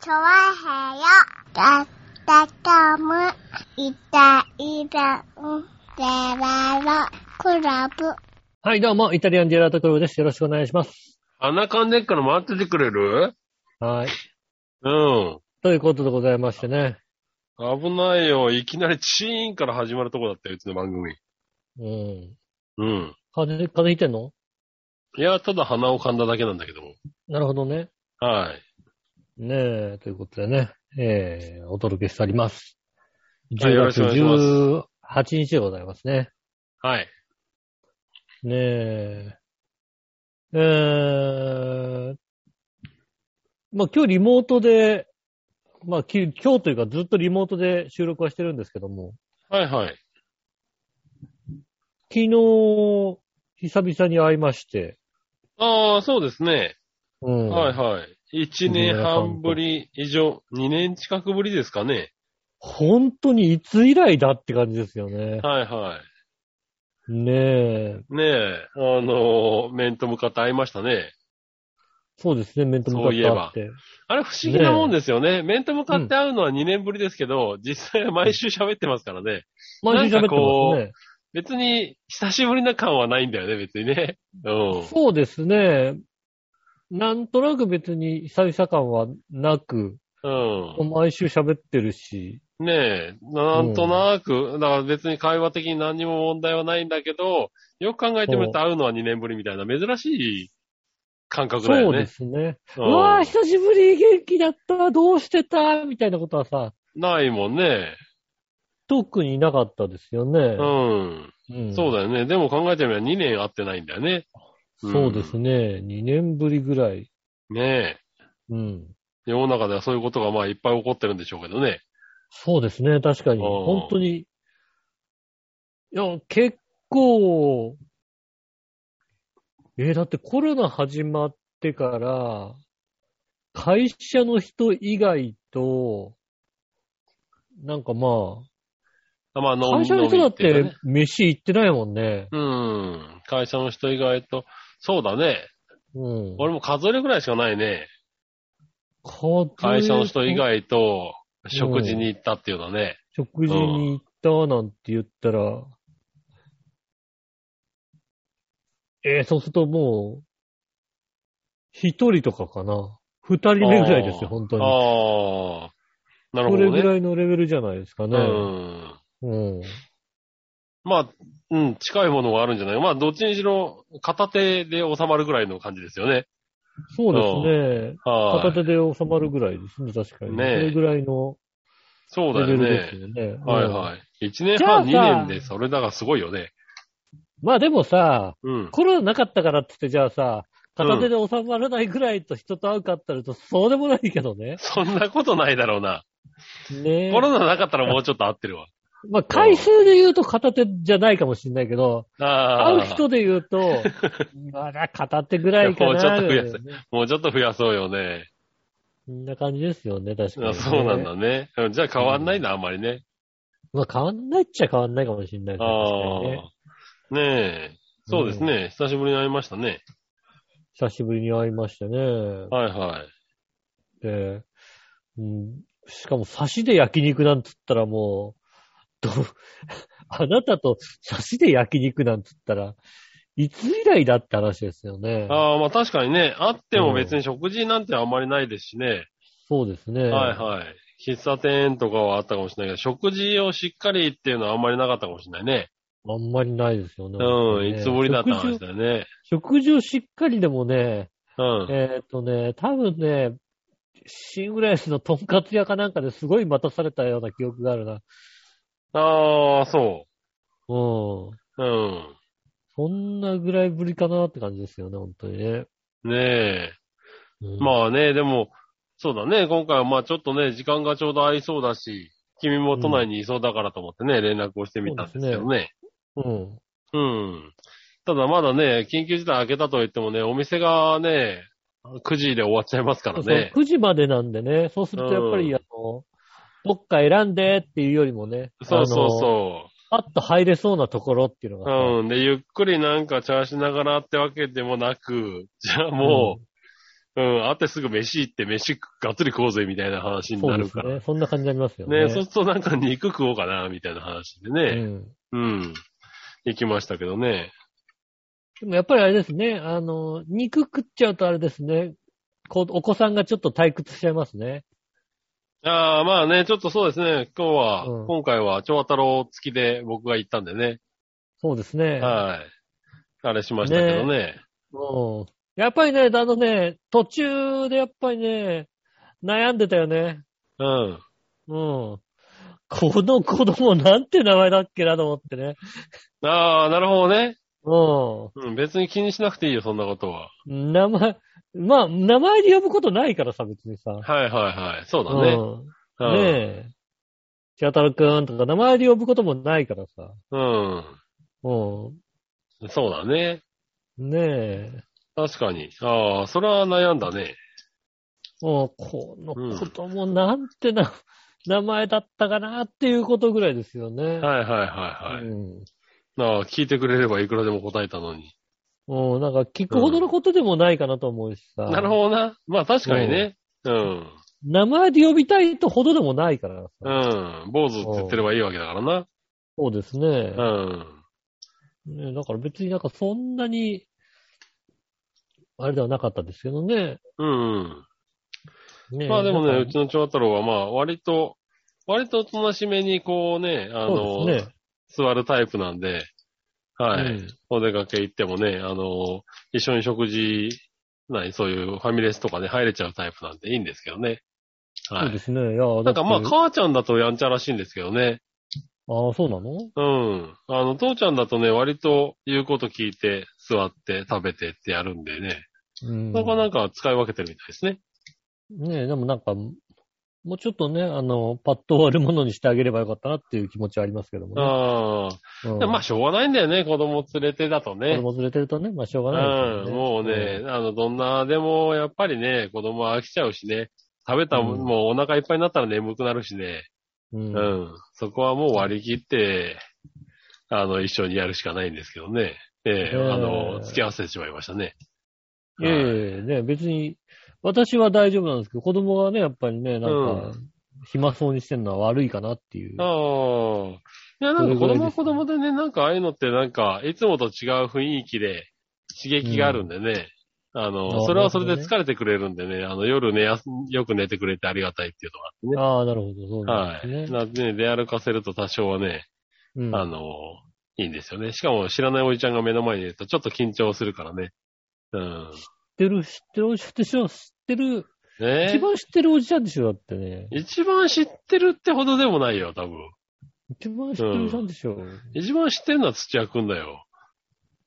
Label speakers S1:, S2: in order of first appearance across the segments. S1: チョワヘヨだったかむいたいたんでららクラブ。
S2: はい、どうも、イタリアンジェラートクロブです。よろしくお願いします。
S3: 穴かんでっから回っててくれる
S2: はい。
S3: うん。
S2: ということでございましてね。
S3: 危ないよ。いきなりチーンから始まるとこだったよ、うちの番組。
S2: うん。
S3: うん。
S2: 風邪、風邪ひいてんの
S3: いや、ただ鼻を噛んだだけなんだけども。
S2: なるほどね。
S3: はい。
S2: ねえ、ということでね、えー、お届けしております。
S3: はい
S2: 10
S3: よろし
S2: 月
S3: くお願いします
S2: 18日でございますね。
S3: はい。
S2: ねえ。えー、まあ今日リモートで、まあき今日というかずっとリモートで収録はしてるんですけども、
S3: はいはい。
S2: 昨日、久々に会いまして、
S3: ああ、そうですね。
S2: うん。
S3: はいはい。1年半ぶり以上、2年近くぶりですかね。
S2: 本当にいつ以来だって感じですよね。
S3: はいは
S2: ねえ。
S3: い。ねえ、あのー面と向かって会いましたね。
S2: そうですね、面と向かってあって。
S3: あれ不思議なもんですよね。面と向かって会うのは2年ぶりですけど、実際は毎週喋ってますからね。
S2: 毎週喋って
S3: なんかこ
S2: ま
S3: う
S2: すね。
S3: 別に、久しぶりな感はないんだよね、別にね。うん。
S2: そうですね。なんとなく別に久々感はなく、
S3: う
S2: 毎週喋ってるし、
S3: ん。ねえ、なんとなく、だから別に会話的に何にも問題はないんだけど、よく考えてみると会うのは2年ぶりみたいな珍しい感覚だ
S2: そ
S3: よ
S2: うで
S3: ね。
S2: すね。
S3: う
S2: うんわあ、久しぶり元気だった、どうしてた、みたいなことはさ、
S3: ないもんね。
S2: 特になかったですよ
S3: う
S2: ね。
S3: ん。
S2: うん
S3: そうだよね。でも考えてみれば2年会ってないんだよね。うん
S2: そうですね。2年ぶりぐらい。
S3: ねえ。
S2: うん。
S3: 世の中ではそういうことがまあいっぱい起こってるんでしょうけどね。
S2: そうですね、確かに。
S3: うん
S2: 本当に。いや、結構、えーだってコロナ始まってから、会社の人以外と、なんかま
S3: あまあ、
S2: あ、
S3: 飲
S2: 会
S3: み
S2: 社の人だっ
S3: 飲みいうか
S2: て
S3: ね
S2: 飯行ってないもんね。
S3: うん。会社の人以外と、そうだね。
S2: うん。
S3: 俺も数えるぐらいしかないね。
S2: 会
S3: 会社の人以外と食事に行ったっていうのはね。
S2: 食事に行ったなんて言ったら、えー、そうするともう、一人とかかな。二人目ぐらいですよ、本当に。
S3: ああ。なる
S2: そ
S3: ほ
S2: れ
S3: どね。
S2: ぐらいのレベルじゃないですかね。
S3: うん。
S2: うん。
S3: まあ、うん、近いものがあるんじゃないまあ、どっちにしろ片手で収まるぐらいの感じですよね。
S2: そうですね。
S3: はい。
S2: 片手で収まるぐらいですね、確かに。
S3: ねえ
S2: それぐらいの
S3: そうだ
S2: レベ
S3: よ
S2: ルです
S3: ね。
S2: よね。
S3: はい
S2: い。
S3: はい。1年
S2: じゃあさ
S3: 半、2年でそれだがすごいよね。
S2: まあでもさ、
S3: うん。
S2: コロナなかったからって言って、じゃあさ、片手で収まらないぐらいと人と会うかって言うと、そうでもないけどね。
S3: そんなことないだろうな。
S2: ねえ
S3: コロナなかったらもうちょっと合ってるわ。
S2: まあ、回数で言うと片手じゃないかもしれないけど、
S3: ああ。
S2: 会う人で言う と、まだ片手ぐらいかな。
S3: もうちょっと増や
S2: み
S3: せ
S2: たいなね
S3: もうちょっと増やそうよね。
S2: そんな感じですよね、確かに、
S3: あそうなん。だね。うんじゃあ変わんないな、あんまりね。
S2: まあ、変わんないっちゃ変わんないかもしれないですね確か
S3: ああ
S2: にね。
S3: ー。ねえ。そうですね。久しぶりに会いましたね。
S2: 久しぶりに会いましたね。
S3: はいはい。
S2: で、うん、しかも刺しで焼肉なんつったらもう、ど、 あなたと刺しで焼肉なんつったら、いつ以来だって話ですよね。
S3: ああ、まあ確かにね、会っても別に食事なんてあんまりないですしね。
S2: そうですね。
S3: はいはい。喫茶店とかはあったかもしれないけど、食事をしっかりっていうのはあんまりなかったかもしれないね。
S2: あんまりないですよね。
S3: うん、いつぶりだった
S2: 食事
S3: 話
S2: を
S3: だよね。
S2: 食事をしっかりでもね、
S3: うん。
S2: えーっ、とね、多分ね、シングレースのトンカツ屋かなんかですごい待たされたような記憶があるな。うん。
S3: ああ、そ。
S2: そう
S3: うん。
S2: んなぐらいぶりかなって感じですよね、本当にね。
S3: ねえ。
S2: うん、あ、
S3: まあね、でも、そうだね、今回はまあちょっとね、時間がちょうど合いそうだし、君も都内にいそうだからと思ってね、連絡をしてみたんですけどね。
S2: うん。
S3: うん。ただまだね、緊急事態開けたと言ってもね、お店がね、9時で終わっちゃいますから
S2: そうそう
S3: ね。
S2: 9時までなんでね、そうするとやっぱり、
S3: うん
S2: あの、どっか選んでっていうよりもね、
S3: そうそう
S2: う。
S3: そ
S2: パッと入れそうなところっていうの
S3: う。
S2: がさ、
S3: うん。で、ゆっくりなんかチャーしながらってわけでもなく、じゃあもう、うん、会ってすぐ飯行って飯がっつり食おうぜみたいな話に
S2: そ
S3: な
S2: うで
S3: る
S2: す
S3: から。
S2: ね。そんな感じになりますよね。
S3: ねそうするとなんか肉食おうかな、みたいな話で
S2: う
S3: ね。
S2: ん。
S3: うん。行きましたけどね。
S2: でもやっぱりあれですね、あの、肉食っちゃうとあれですね、こうお子さんがちょっと退屈しちゃいますね。
S3: ああ、まあね、ちょっとそうですね。今日は、
S2: うん
S3: 今回は、長太郎付きで僕が行ったんでね。
S2: そうですね。
S3: はい。あれしましたけどね。
S2: うん。やっぱりね、あのね、途中でやっぱりね、悩んでたよね。
S3: うん。
S2: うん。この子供なんて名前だっけなと思ってね。
S3: ああ、なるほどね。
S2: う
S3: うん、別に気にしなくていいよ、そんなことは。
S2: ん。名前、まあ、名前で呼ぶことないからさ、別にさ。
S3: はいはいはい。そうだね。
S2: うん。
S3: うん。
S2: ねえ。千太郎くんとか名前で呼ぶこともないからさ。う
S3: うん。そうだね。
S2: ん。ねえ。
S3: 確かに。ああ、それは悩んだね。
S2: もう、この子供なんてな、 名前だったかなっていうことぐらいですよね。
S3: はいはいはいはい。
S2: うん。
S3: ああ、聞いてくれればいくらでも答えたのに。
S2: もうなんか聞くほどのことでもないかなと思うしさ。
S3: なるほどな。まあ確かにね。うん。
S2: 名前で呼びたいとほどでもないから
S3: う
S2: さ。
S3: ん。坊主って言ってればいいわけだからな。
S2: そうですね
S3: う。ん。
S2: ねだから別になんかそんなに、あれではなかったですけどね。
S3: うん。
S2: ね
S3: まあでもね、
S2: なん
S3: う
S2: か
S3: ちの長太郎はまあ割と、割とおとなしめにこうね、あ
S2: そ
S3: の、
S2: うですね。
S3: 座るタイプなんで、はい。
S2: うん
S3: お出かけ行ってもね、あの、一緒に食事、なに、そういうファミレスとかね、入れちゃうタイプなんでいいんですけどね。は
S2: そうで
S3: い。
S2: すね。いや、な
S3: なんかまあ、母ちゃんだとやんちゃらしいんですけどね。
S2: ああ、そうなの
S3: うん。あの、父ちゃんだとね、割と言うこと聞いて、座って、食べてってやるんでね。
S2: うん。
S3: そこはなんか使い分けてるみたいですね。
S2: ねえ、でもなんか、もうちょっとね、あの、パッと終わるものにしてあげればよかったなっていう気持ちはありますけどもね。
S3: ああ。
S2: うん
S3: でもまあ、しょうがないんだよね、子供連れてだと
S2: 子
S3: ね。
S2: 供連れてるとね、まあしょうが
S3: う
S2: ないです
S3: ん、
S2: よ
S3: もうね、あの、どんなでも、やっぱりね、子供は飽きちゃうしね、食べたもん、
S2: うん
S3: もうお腹いっぱいになったら眠くなるしね、
S2: うん。
S3: うん、
S2: うん
S3: そこはもう割り切って、あの、一緒にやるしかないんですけどね。ええ
S2: ねえ
S3: あの、付き合わせてしまいましたね。
S2: いえいえ、ね、別に、私は大丈夫なんですけど、子供がね、やっぱりね、なんか、暇そうにしてるのは悪いかなっていう。
S3: ああ。いや、なんか子供は子供でね、なんかああいうのってなんか、いつもと違う雰囲気で刺激があるんでね。あ
S2: あ
S3: の、
S2: あ
S3: それはそれで疲れてくれるんでね、あの、夜寝やす、よく寝てくれてありがたいっていうのがあって
S2: あ
S3: ね。
S2: あ、なるほど、そうな
S3: は
S2: ん
S3: い。
S2: ですね。
S3: なね、出歩かせると多少はね、
S2: うん
S3: あの、いいんですよね。しかも知らないおじちゃんが目の前にいるとちょっと緊張するからね。うん。
S2: 知ってる、知ってる、知ってる、知ってる、
S3: ね
S2: 一番知ってるおじちゃんでしょ、だってね。
S3: 一番知ってるってほどでもないよ、多分。
S2: 一番知ってるおじちゃんでしょ。
S3: 一番知ってるのは土屋くんだよ。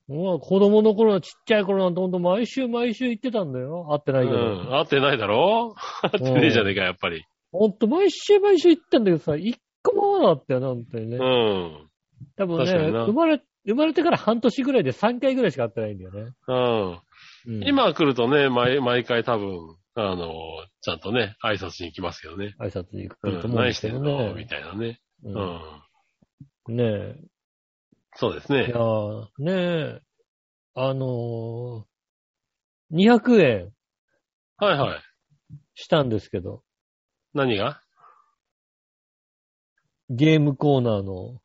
S2: うわ、子供の頃、ちっちゃい頃なんてほんと毎週毎週行ってたんだよ。会ってな
S3: う
S2: いけど。
S3: ん。合ってないだろ合ってねえじゃねえか、やっぱり。
S2: ほんと毎週毎週行ってたんだけどさ、一個も会わなかったよな、本当にね
S3: う。ん。
S2: 多分ね、
S3: 確かにな
S2: 生まれ、生まれてから半年ぐらいで3回ぐらいしか会ってないんだよね。
S3: うん。
S2: うん、
S3: 今来るとね、毎毎回多分、あの、ちゃんとね、挨拶に行きますけどね。
S2: 挨拶に行
S3: う
S2: くと思うん
S3: ん。
S2: で
S3: 何
S2: す
S3: し
S2: け
S3: て
S2: ど
S3: んのみ
S2: ね。
S3: たいなね。
S2: う
S3: うんん。
S2: ねえ。
S3: そうです
S2: い
S3: ね
S2: や。ーねえ、あのー、200円
S3: はいはい。
S2: したんですけど、
S3: 何が
S2: ゲームコーナーの、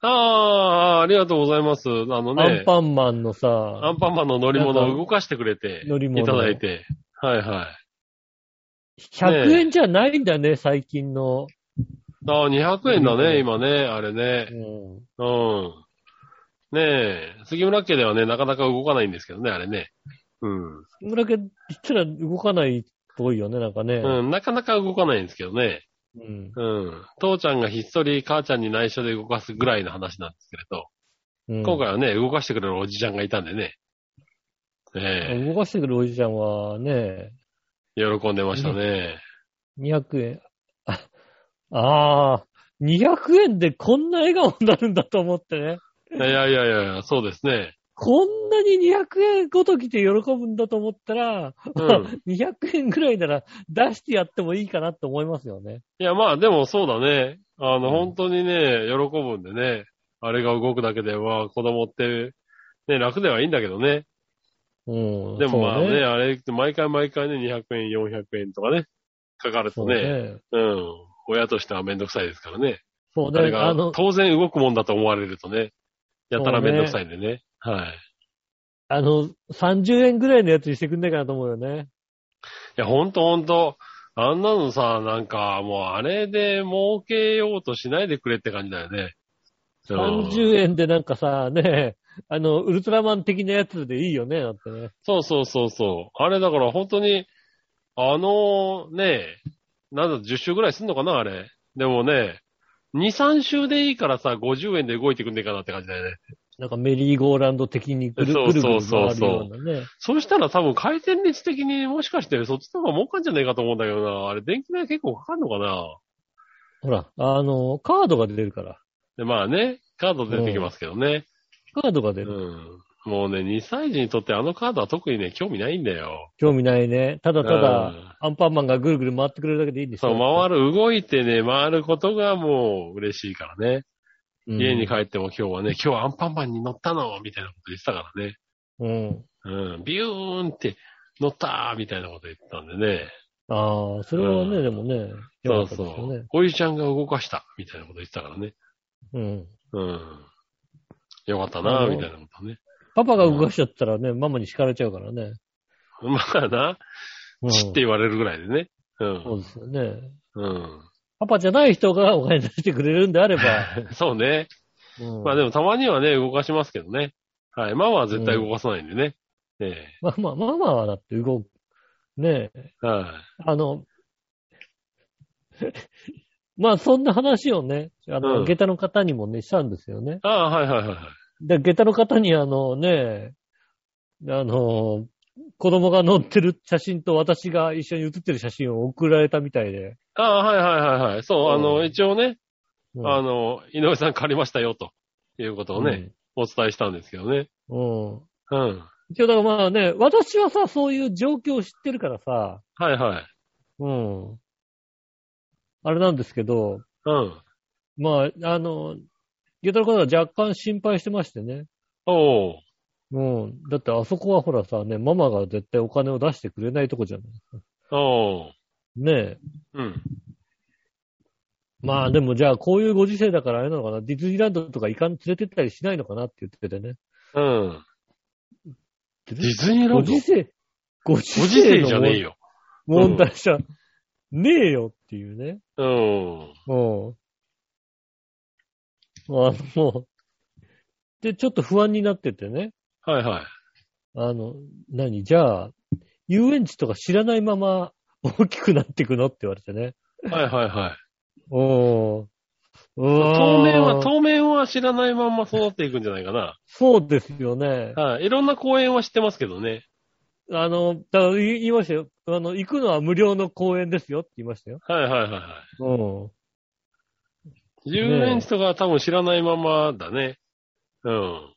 S3: ああー、ありがとうございます。あの
S2: アン
S3: ね、
S2: パンマンの
S3: ア
S2: さ、
S3: ンパンマンの乗り物
S2: なん
S3: を
S2: か
S3: 動かしてくれて、
S2: 乗り物
S3: いただいて。はいはい。
S2: 100円じゃないんだね、最近の。
S3: ああ、200円だ
S2: 乗
S3: ね、
S2: り
S3: 今ね、あれね。
S2: うん
S3: うん。ねえ、杉村家ではね、なかなか動かないんですけどね、あれね。うん。
S2: 村家行ったら動かないっぽいよね、なんかね。
S3: うん、なかなか動かないんですけどね。
S2: うん。
S3: うん。父ちゃんがひっそり母ちゃんに内緒で動かすぐらいの話なんですけれど、
S2: うん
S3: 今回はね、動かしてくれるおじちゃんがいたんでね。え
S2: 動かしてくるおじちゃんはね、
S3: え喜んでましたね。
S2: 200円。あ、あー200円でこんな笑顔になるんだと思ってね。
S3: いやいやいやいや、そうですね。
S2: こんなに200円ごときで喜ぶんだと思ったら、
S3: うん。
S2: 200円ぐらいなら出してやってもいいかなって思いますよね。
S3: いや、まあ、でもそうだね。あ
S2: う
S3: の、
S2: ん
S3: 本当にね、喜ぶんでね。あれが動くだけでは、子供って、ね、楽ではいいんだけどね。
S2: うん。
S3: でもまあ
S2: そう
S3: ね、あれ、毎回毎回ね、200円、400円とかね、かかる
S2: そ
S3: と
S2: う
S3: ね、
S2: ね。
S3: うん。親としてはめんどくさいですからね。
S2: そう
S3: あれ
S2: ね。あ
S3: が
S2: の、、
S3: 当然動くもんだと思われるとね、やたらめんどくさいんでね。はい。
S2: あの、30円ぐらいのやつにしてくんないかなと思うよね。
S3: いや、ほんとほんと。あんなのさ、なんか、もうあれで儲けようとしないでくれって感じだよね。うん
S2: 30円でなんかさ、ね、あの、ウルトラマン的なやつでいいよね、だってね。
S3: そうそうそうそう。あれだから本当に、あのね、なんだ、10周ぐらいすんのかな、あれ。でもね、2、3周でいいからさ、50円で動いてくんねえかなって感じだよね。
S2: なんかメリーゴーランド的にぐる
S3: そ
S2: ぐ
S3: う
S2: るぐ
S3: そう
S2: る
S3: そう
S2: 回る
S3: そう
S2: ようなね。
S3: そしたら多分回転率的にもしかしてそっちの方が儲かんじゃねえかと思うんだけどな。あれ電気代結構かかるのかな。
S2: ほら、あの、カードが出るから。
S3: で、まあね、カード出てきますけどね。
S2: カードが出る。
S3: うんもうね、2歳児にとってあのカードは特にね、興味ないんだよ。
S2: 興味ないね。ただた
S3: う
S2: だ
S3: ん、
S2: アンパンマンがぐるぐる回ってくれるだけでいいんです
S3: そ
S2: よ。
S3: う、回る、動いてね、回ることがもう嬉しいからね。
S2: うん
S3: 家に帰っても今日はね、今日アンパンマンに乗ったのみたいなこと言ってたからね。
S2: うん。
S3: うん、ビューンって乗ったみたいなこと言ってたんでね。
S2: ああ、それはね、
S3: うん
S2: でもね、
S3: そ
S2: 良
S3: う
S2: かったですよ
S3: そう
S2: ね。。
S3: おじちゃんが動かしたみたいなこと言ってたからね。
S2: うん。
S3: うん。よかったな
S2: うん
S3: みたいなことね。
S2: パパが動かしちゃったらね、ママに叱られちゃうからね。
S3: まあな、
S2: うん
S3: ちって言われるぐらいでね。うん。
S2: そうですよね。
S3: うん。
S2: パパじゃない人がお金出してくれるんであれば。
S3: そうね。
S2: うん
S3: まあでもたまにはね、動かしますけどね。はい。ママは絶対動かさないんでね。え
S2: まあまあ、ママはだって動く。ねえ。
S3: え。はい。
S2: あの、 まあそんな話をね、あ
S3: うん
S2: の、下駄の方にもね、したんですよね。
S3: ああ、はいはいはいはい。
S2: で、下駄の方にあのね、あの、子供が乗ってる写真と私が一緒に写ってる写真を送られたみたいで。
S3: ああ、はいはいはいはい。そう、あ
S2: う
S3: の、
S2: ん
S3: 一応ね、
S2: うん
S3: あの、井上さん借りましたよ、ということをね、お伝えしたんですけどね。
S2: うん。うん。
S3: うん。
S2: 一応だからまあね、私はさ、そういう状況を知ってるからさ、
S3: はいはい。
S2: うん。あれなんですけど、
S3: うん。
S2: まあ、あの、ゲタの方は若干心配してましてね。
S3: おお。
S2: うん。だってあそこはほらさ、ね、ママが絶対お金を出してくれないとこじゃない。
S3: おお。
S2: ねえ。
S3: うん。
S2: まあでもじゃあこういうご時世だからあれなのかな、ディズニーランドとかいかん連れてったりしないのかなって言っててね。
S3: うん。ディズニーラ
S2: ご
S3: ンド
S2: 時世、ご時
S3: ご時
S2: 世
S3: 世
S2: の
S3: じゃねえよ。
S2: 問題じゃねえよっていうね。
S3: うん。
S2: うん。あの、で、ちょっと不安になっててね。
S3: はいはい。
S2: あの、何じゃあ、遊園地とか知らないまま大きくなっていくのって言われてね。
S3: はいはいはい。
S2: おー。うーん
S3: 当面は、当面は知らないまんま育っていくんじゃないかな。
S2: そうですよね。
S3: はい。いろんな公演は知ってますけどね。
S2: あの、だから言い言いましたよ。あの、行くのは無料の公園ですよって言いましたよ。
S3: はいはいはいはい。
S2: うん。
S3: 遊園地とかは多分知らないままだね。うん。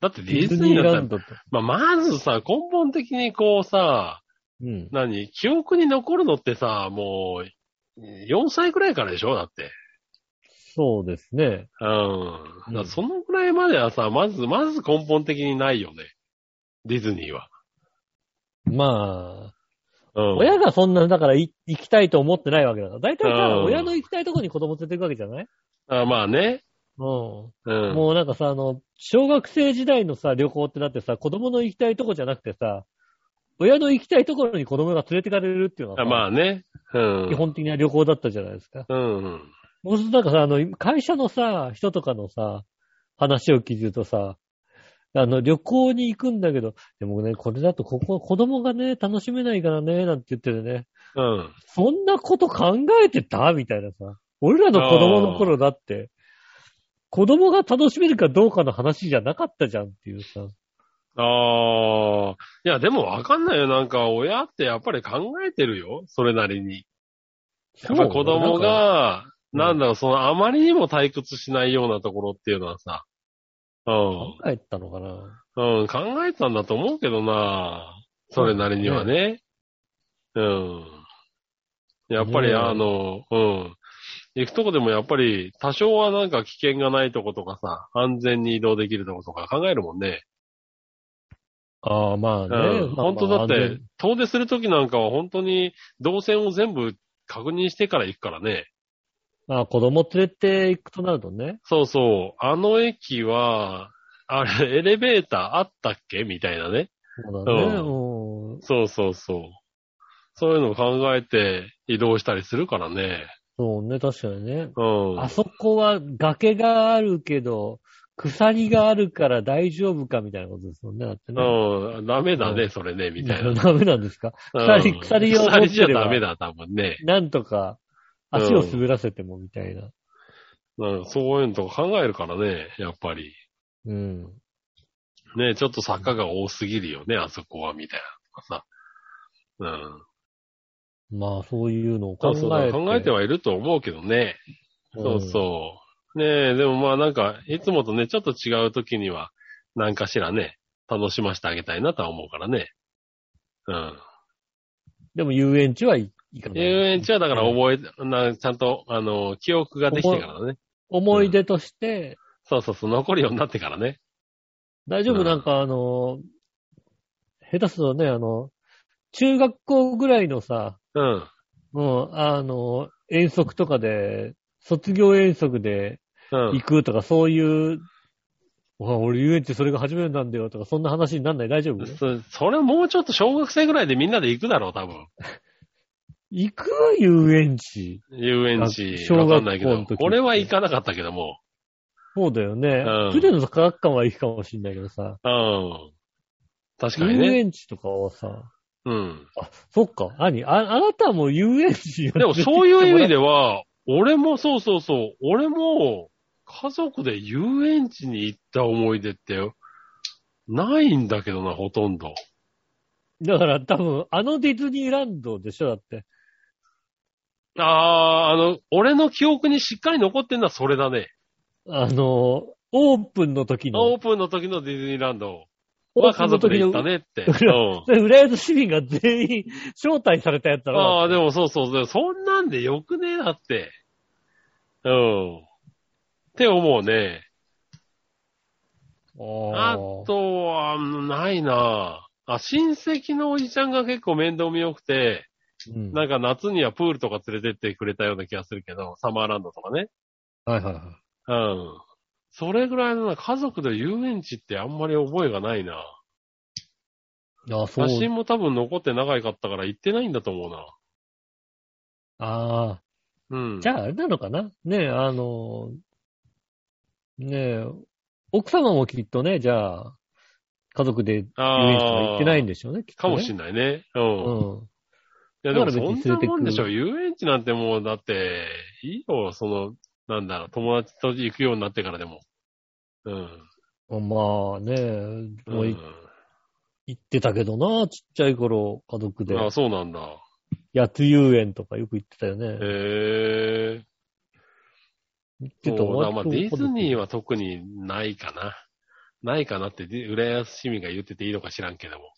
S3: だってディズニーランド。
S2: ドと。
S3: まあ、まずさ、根本的にこうさ、
S2: うん。
S3: 何記憶に残るのってさ、もう、4歳くらいからでしょだって。
S2: そうですね。
S3: う。
S2: うんん
S3: だからそのくらいまではさ、まず、まず根本的にないよね。ディズニーは。
S2: まあ、
S3: うん。
S2: 親がそんな、だからい行きたいと思ってないわけだから。大体さ、
S3: うん
S2: 親の行きたいとこに子供連れてくわけじゃない
S3: あまあね。
S2: うん。
S3: うん。
S2: もうなんかさ、あの、小学生時代のさ、旅行ってなってさ、子供の行きたいとこじゃなくてさ、親の行きたいところに子供が連れてかれるっていうのが
S3: あ
S2: さ、
S3: まあね。うん。
S2: 基本的な旅行だったじゃないですか。
S3: うんうん。
S2: そうするとなんかさ、あの、会社のさ、人とかのさ、話を聞いてるとさ、あの、旅行に行くんだけど、でもね、これだとここ、子供がね、楽しめないからね、なんて言っててね。
S3: うん。
S2: そんなこと考えてたみたいなさ。俺らの子供の頃だって、子供が楽しめるかどうかの話じゃなかったじゃんっていうさ。
S3: ああ。いや、でもわかんないよ。なんか、親ってやっぱり考えてるよ。それなりに。やっぱ子供が、
S2: うん
S3: なんだろう、そのあまりにも退屈しないようなところっていうのはさ、う
S2: そう、なんか考えたのかな。
S3: ん、うん、考えたんだと思うけどなそれなりにはね。うん。やっぱり
S2: ねえ
S3: あの、うん。行くとこでもやっぱり多少はなんか危険がないとことかさ、安全に移動できるとことか考えるもんね。
S2: ああ、まあね。
S3: うん
S2: まあ
S3: 本当だっ。
S2: まあ
S3: て、遠出するときなんかは本当に動線を全部確認してから行くからね。
S2: まあ、子供連れて行くとなるとね。
S3: そうそう。あの駅は、あれ、エレベーターあったっけみたいなね。
S2: そうだね。うん。
S3: そうそうそう。そういうのを考えて移動したりするからね。
S2: そうね、確かにね。
S3: うん。
S2: あそこは崖があるけど、鎖があるから大丈夫かみたいなことですもんね。だってね。
S3: うん。ダメだ
S2: う
S3: ね、それね、みたいな。
S2: ダメなんですか
S3: うん
S2: 鎖鎖を持ってれば
S3: 鎖じゃダメだ、多分ね。
S2: なんとか、足を滑らせてもみたいな。
S3: うん、そういうのとか考えるからね、やっぱり。
S2: うん。
S3: ね、ちょっと坂が多すぎるよね、あそこは、みたいなとかさ。うん。
S2: まあ、そういうのを
S3: そ
S2: 考
S3: う
S2: えて。
S3: そう、考えてはいると思うけどね。そうそう。ねえ、でもまあなんか、いつもとね、ちょっと違う時には、何かしらね、楽しませてあげたいなとは思うからね。うん。
S2: うんでも遊園地はい行かない。
S3: 遊園地はだから覚えて、なちゃんと、あの、記憶ができてからだね。
S2: 思い出として、
S3: そうそうそう、残るようになってからね。
S2: 大丈夫、
S3: うん
S2: なんかあの、下手するとね、あの、中学校ぐらいのさ、
S3: うん。
S2: もうん、あの、遠足とかで、卒業遠足で
S3: う
S2: 行。
S3: ん
S2: くとか、そういう、わ俺遊園地それが初めてなんだよとか、そんな話になんない大丈夫
S3: そそれもうちょっと小学生ぐらいでみんなで行くだろう、多分。
S2: 行く遊園地。
S3: 遊園地。
S2: あ小学校の時
S3: わかんないけど
S2: って。
S3: 俺は行かなかったけども。
S2: そうだよね
S3: うん。
S2: 船の科学館は行くかもしんないけどさ、
S3: うん。確かに
S2: 遊
S3: ね。
S2: 園地とかはさ、
S3: うん。
S2: そっか、何あ、あなたも遊園地
S3: でもそういう意味
S2: で。
S3: では、俺もそうそうそう、俺も家族で遊園地に行った思い出ってないんだけどな、ほとんど。
S2: だから多分、あのディズニーランドでしょ、だって。
S3: あー、あの、俺の記憶にしっかり残ってんのはそれだね。
S2: あの、オープンの時
S3: オ
S2: の
S3: ー、プンの時のディズニーランド
S2: オー
S3: は
S2: プン
S3: 家
S2: の
S3: 族で
S2: 時
S3: 行
S2: の
S3: ったねっ て。
S2: う
S3: うん。
S2: で、浦安市民が全員招待されたやつだろ。
S3: ああ、でもそうそうそう。そんなんでよくねえなって。うん。って思うね。あ
S2: ー
S3: とは、ないなあ、親戚のおじちゃんが結構面倒見よくて、
S2: うん
S3: なんか夏にはプールとか連れてってくれたような気がするけど、サマーランドとかね。
S2: はいはいは
S3: うん。それぐらいのな、家族で遊園地ってあんまり覚えがないな。
S2: い。あそ
S3: 写
S2: う。
S3: 真も多分残って長かったから行ってないんだと思う
S2: あ
S3: な。うん。
S2: あ。じゃあ、あれなのかなねえ、あの、ねえ、奥様もきっとね、じゃあ、家族で遊園地とか行ってないんで
S3: で。
S2: しょうね、きっと
S3: か
S2: ね
S3: もしんないね。うん
S2: うん。
S3: いやでも
S2: だから
S3: そ
S2: 別に連
S3: んな
S2: れてく
S3: もんでしょ。遊園地なんてもう、だって、いいよ、その、なんだろう、友達と行くようになってからでも。うん。
S2: まあねえ、もう
S3: う
S2: い行ってたけどな、ちっちゃい頃、家族で
S3: ん、。あそうなんだ。
S2: 八つ遊園とかよく行ってたよね。
S3: へえ。
S2: 行ってた
S3: そうだ、まあ、ディズニー
S2: は。
S3: は特にないかな。ないかなって、で浦安市民が言ってていいのか知らんけども。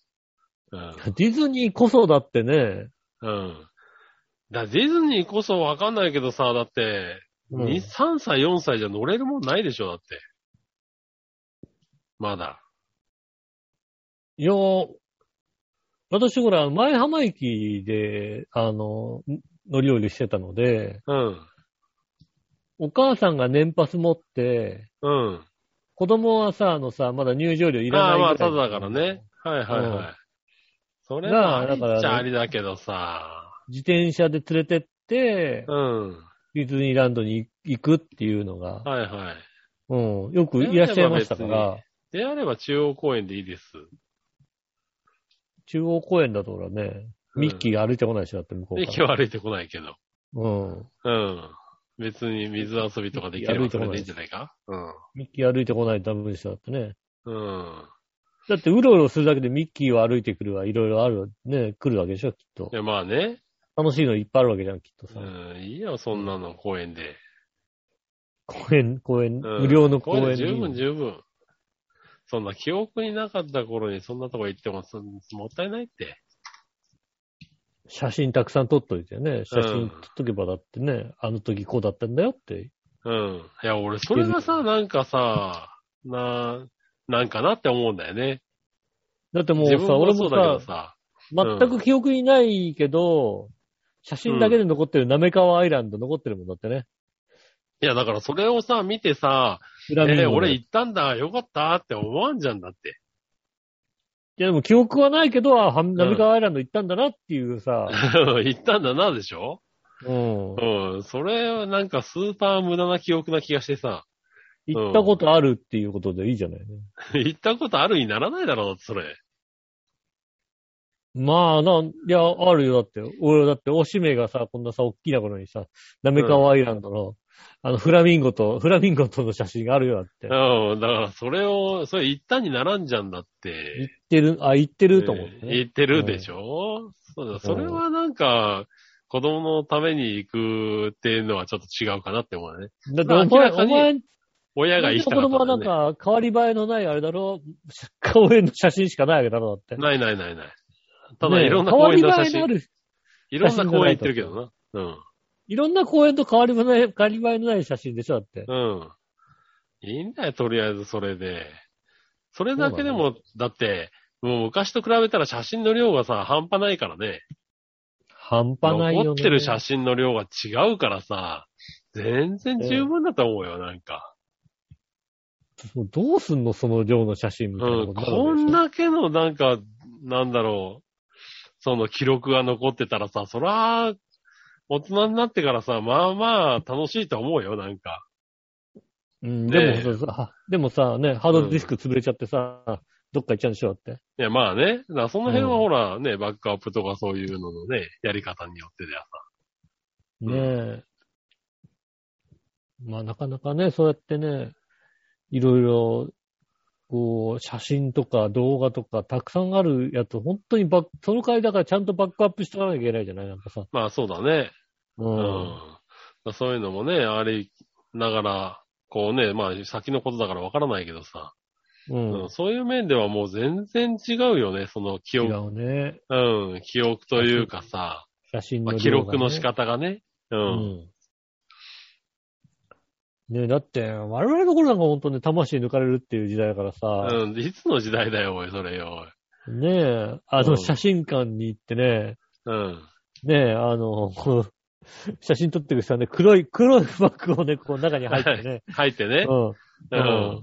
S3: うん。
S2: ディズニーこそだってね、
S3: うん。だディズニーこそわかんないけどさ、だって、
S2: うん
S3: 2、3歳、4歳じゃ乗れるもんないでしょ、だって。まだ。
S2: いやー、私ほら、前浜駅で、あの、ん乗り降りしてたので、
S3: うん。
S2: お母さんが年パス持って、
S3: うん。
S2: 子供はさ、あのさ、まだ入場料いらない
S3: ああ、
S2: ぐ
S3: ま
S2: ら
S3: あ、
S2: い
S3: ただだからね。。はいはいはい。
S2: うん
S3: それ
S2: なあ
S3: はありっ
S2: だから
S3: ち
S2: ね
S3: ゃありだけどさ。
S2: 自転車で連れてって
S3: う、ん。は
S2: ディズニーランドに行くっていうのが
S3: い、はい。
S2: うん、よくいらっしゃいましたか
S3: いやいや
S2: ら、
S3: であれば中央公園でいいです。
S2: 中央公園だとほらね、
S3: うん
S2: ミッキーが歩いてこないでしょ、だって向こう
S3: 駅
S2: から。
S3: は歩いてこないけど。
S2: うん。
S3: うん。別に水遊びとかできればそれでいいんじゃないか
S2: ミッキー歩いてこないとダメでしょ、だってね。
S3: うん。うん。
S2: だって、うろうろするだけでミッキーは歩いてくるわ、いろいろある、ね、来るわけでしょ、きっと
S3: い。や、まあね。
S2: 楽しいのいっぱいあるわけじゃん、きっと
S3: う
S2: さ。
S3: ん。いいよ、そんなの公園で。
S2: 公園、公園、
S3: うん
S2: 無料の公
S3: 公園
S2: 園
S3: で十分
S2: に。
S3: 十分。そんな記憶になかった頃にそんなとこ行ってもそもったいないって。
S2: 写真たくさん撮っといてね。写真撮っとけばだってね、あの時こうだったんだよって。
S3: うん。いや、俺、それがさ、なんかさ、な、なんかなって思うんだよね。
S2: だってもう
S3: 自分
S2: さ、
S3: も
S2: 俺
S3: そ
S2: も
S3: うだけど
S2: さ、
S3: さ、うん
S2: 全く記憶にないけど、写真だけで残ってる、なめかわアイランド残ってるもんだってね。
S3: いやだからそれをさ、見てさ、え
S2: 裏見る
S3: ー
S2: のい
S3: 俺行ったんだ、よかったって思わんじゃんだって。
S2: やでも記憶はないけど、あ、はなめかわアイランド行ったんだなっていう さ、
S3: 行ったんだな、でしょ
S2: うん。
S3: うん。それはなんかスーパー無駄な記憶な気がしてさ、
S2: 行ったことあるっていうことでいいじゃないね。
S3: 行ったことあるにならないだろう、それ。
S2: まあ、なん、いや、あるよ、だって。俺、だって、おしめがさ、こんなさ、おっきな頃にさ、なめかわアイランドの、あの、フラミンゴと、フラミンゴとの写真があるよ、だって。
S3: うん。だからそれを、それ行ったにならんじゃんだって。
S2: 行ってる、あ、行ってると思って
S3: えー
S2: ね。
S3: 言ってるでしょ、そうだ、それはなんか、子供のために行くっていうのはちょっと違うかなって思うね。
S2: だって、お
S3: 明
S2: 前、
S3: らか
S2: お
S3: に
S2: 前、
S3: 親が行き
S2: 子
S3: たかった
S2: 供は
S3: んだ
S2: な
S3: よ
S2: ん
S3: ね、
S2: か、変わり映えのないあれだろ、 公園の写真しかないわけだろ、だって。
S3: ないないないない。ただ
S2: ねえ
S3: いろんな公園の写
S2: 変
S3: 真
S2: わ、り映えのある、
S3: いろんな公園行ってるけどな。うん。
S2: いろんな公園と変わり映え変わり映えのない写真でしょ、だって。
S3: うん。いいんだよ、とりあえずそれで。それだけでも、だって、もう昔と比べたら写真の量がさ、半端ないからね。
S2: 半端ないよね。
S3: 残ってる写真の量が違うからさ、全然十分だと思うよ、なんか。
S2: 真。どうすんの、その量の写真みたいな
S3: う
S2: こ
S3: ん、
S2: とにるわ
S3: こ
S2: けでしょ
S3: んだけのなんか、なんだろう、その記録が残ってたらさ、そら、大人になってからさ、まあまあ楽しいと思うよ、なんか。
S2: うん、
S3: ねえ
S2: でもさ、でもさ、ね、ハードディスク潰れちゃってさ、どっか行っちゃうんでしょだって。
S3: いや、まあね。だからその辺は
S2: うん
S3: ほら、ね、バックアップとかそういうののね、やり方によってでは
S2: ねえ。まあ、なかなかね、そうやってね、いろいろ、こう、写真とか動画とかたくさんあるやつ、本当にバック、その回だからちゃんとバックアップしておかなきゃいけないじゃないなんかさ。
S3: まあそうだね。
S2: う
S3: うん。
S2: ん。
S3: そういうのもね、ありながら、こうね、まあ先のことだからわからないけどさ、
S2: う。
S3: うんん。そういう面ではもう全然違うよね、その記
S2: 違
S3: 憶、
S2: うね。
S3: うん、記憶というかさ、
S2: 写真
S3: ま
S2: の、
S3: あ、記録の仕。方がね。
S2: う
S3: う。
S2: んん。ねえだって、我々の頃なんか本当ね、魂抜かれるっていう時代だからさ、
S3: うん。いつの時代だよ、おい、それよ。
S2: ねえ、あ
S3: うん
S2: の、写真館に行ってね、
S3: おいうん。
S2: ねえ、あの、 こう写真撮ってく人はね、黒い、黒いバッグをね、こう中に入ってね。
S3: 入ってね。
S2: う。
S3: うんん。
S2: うん。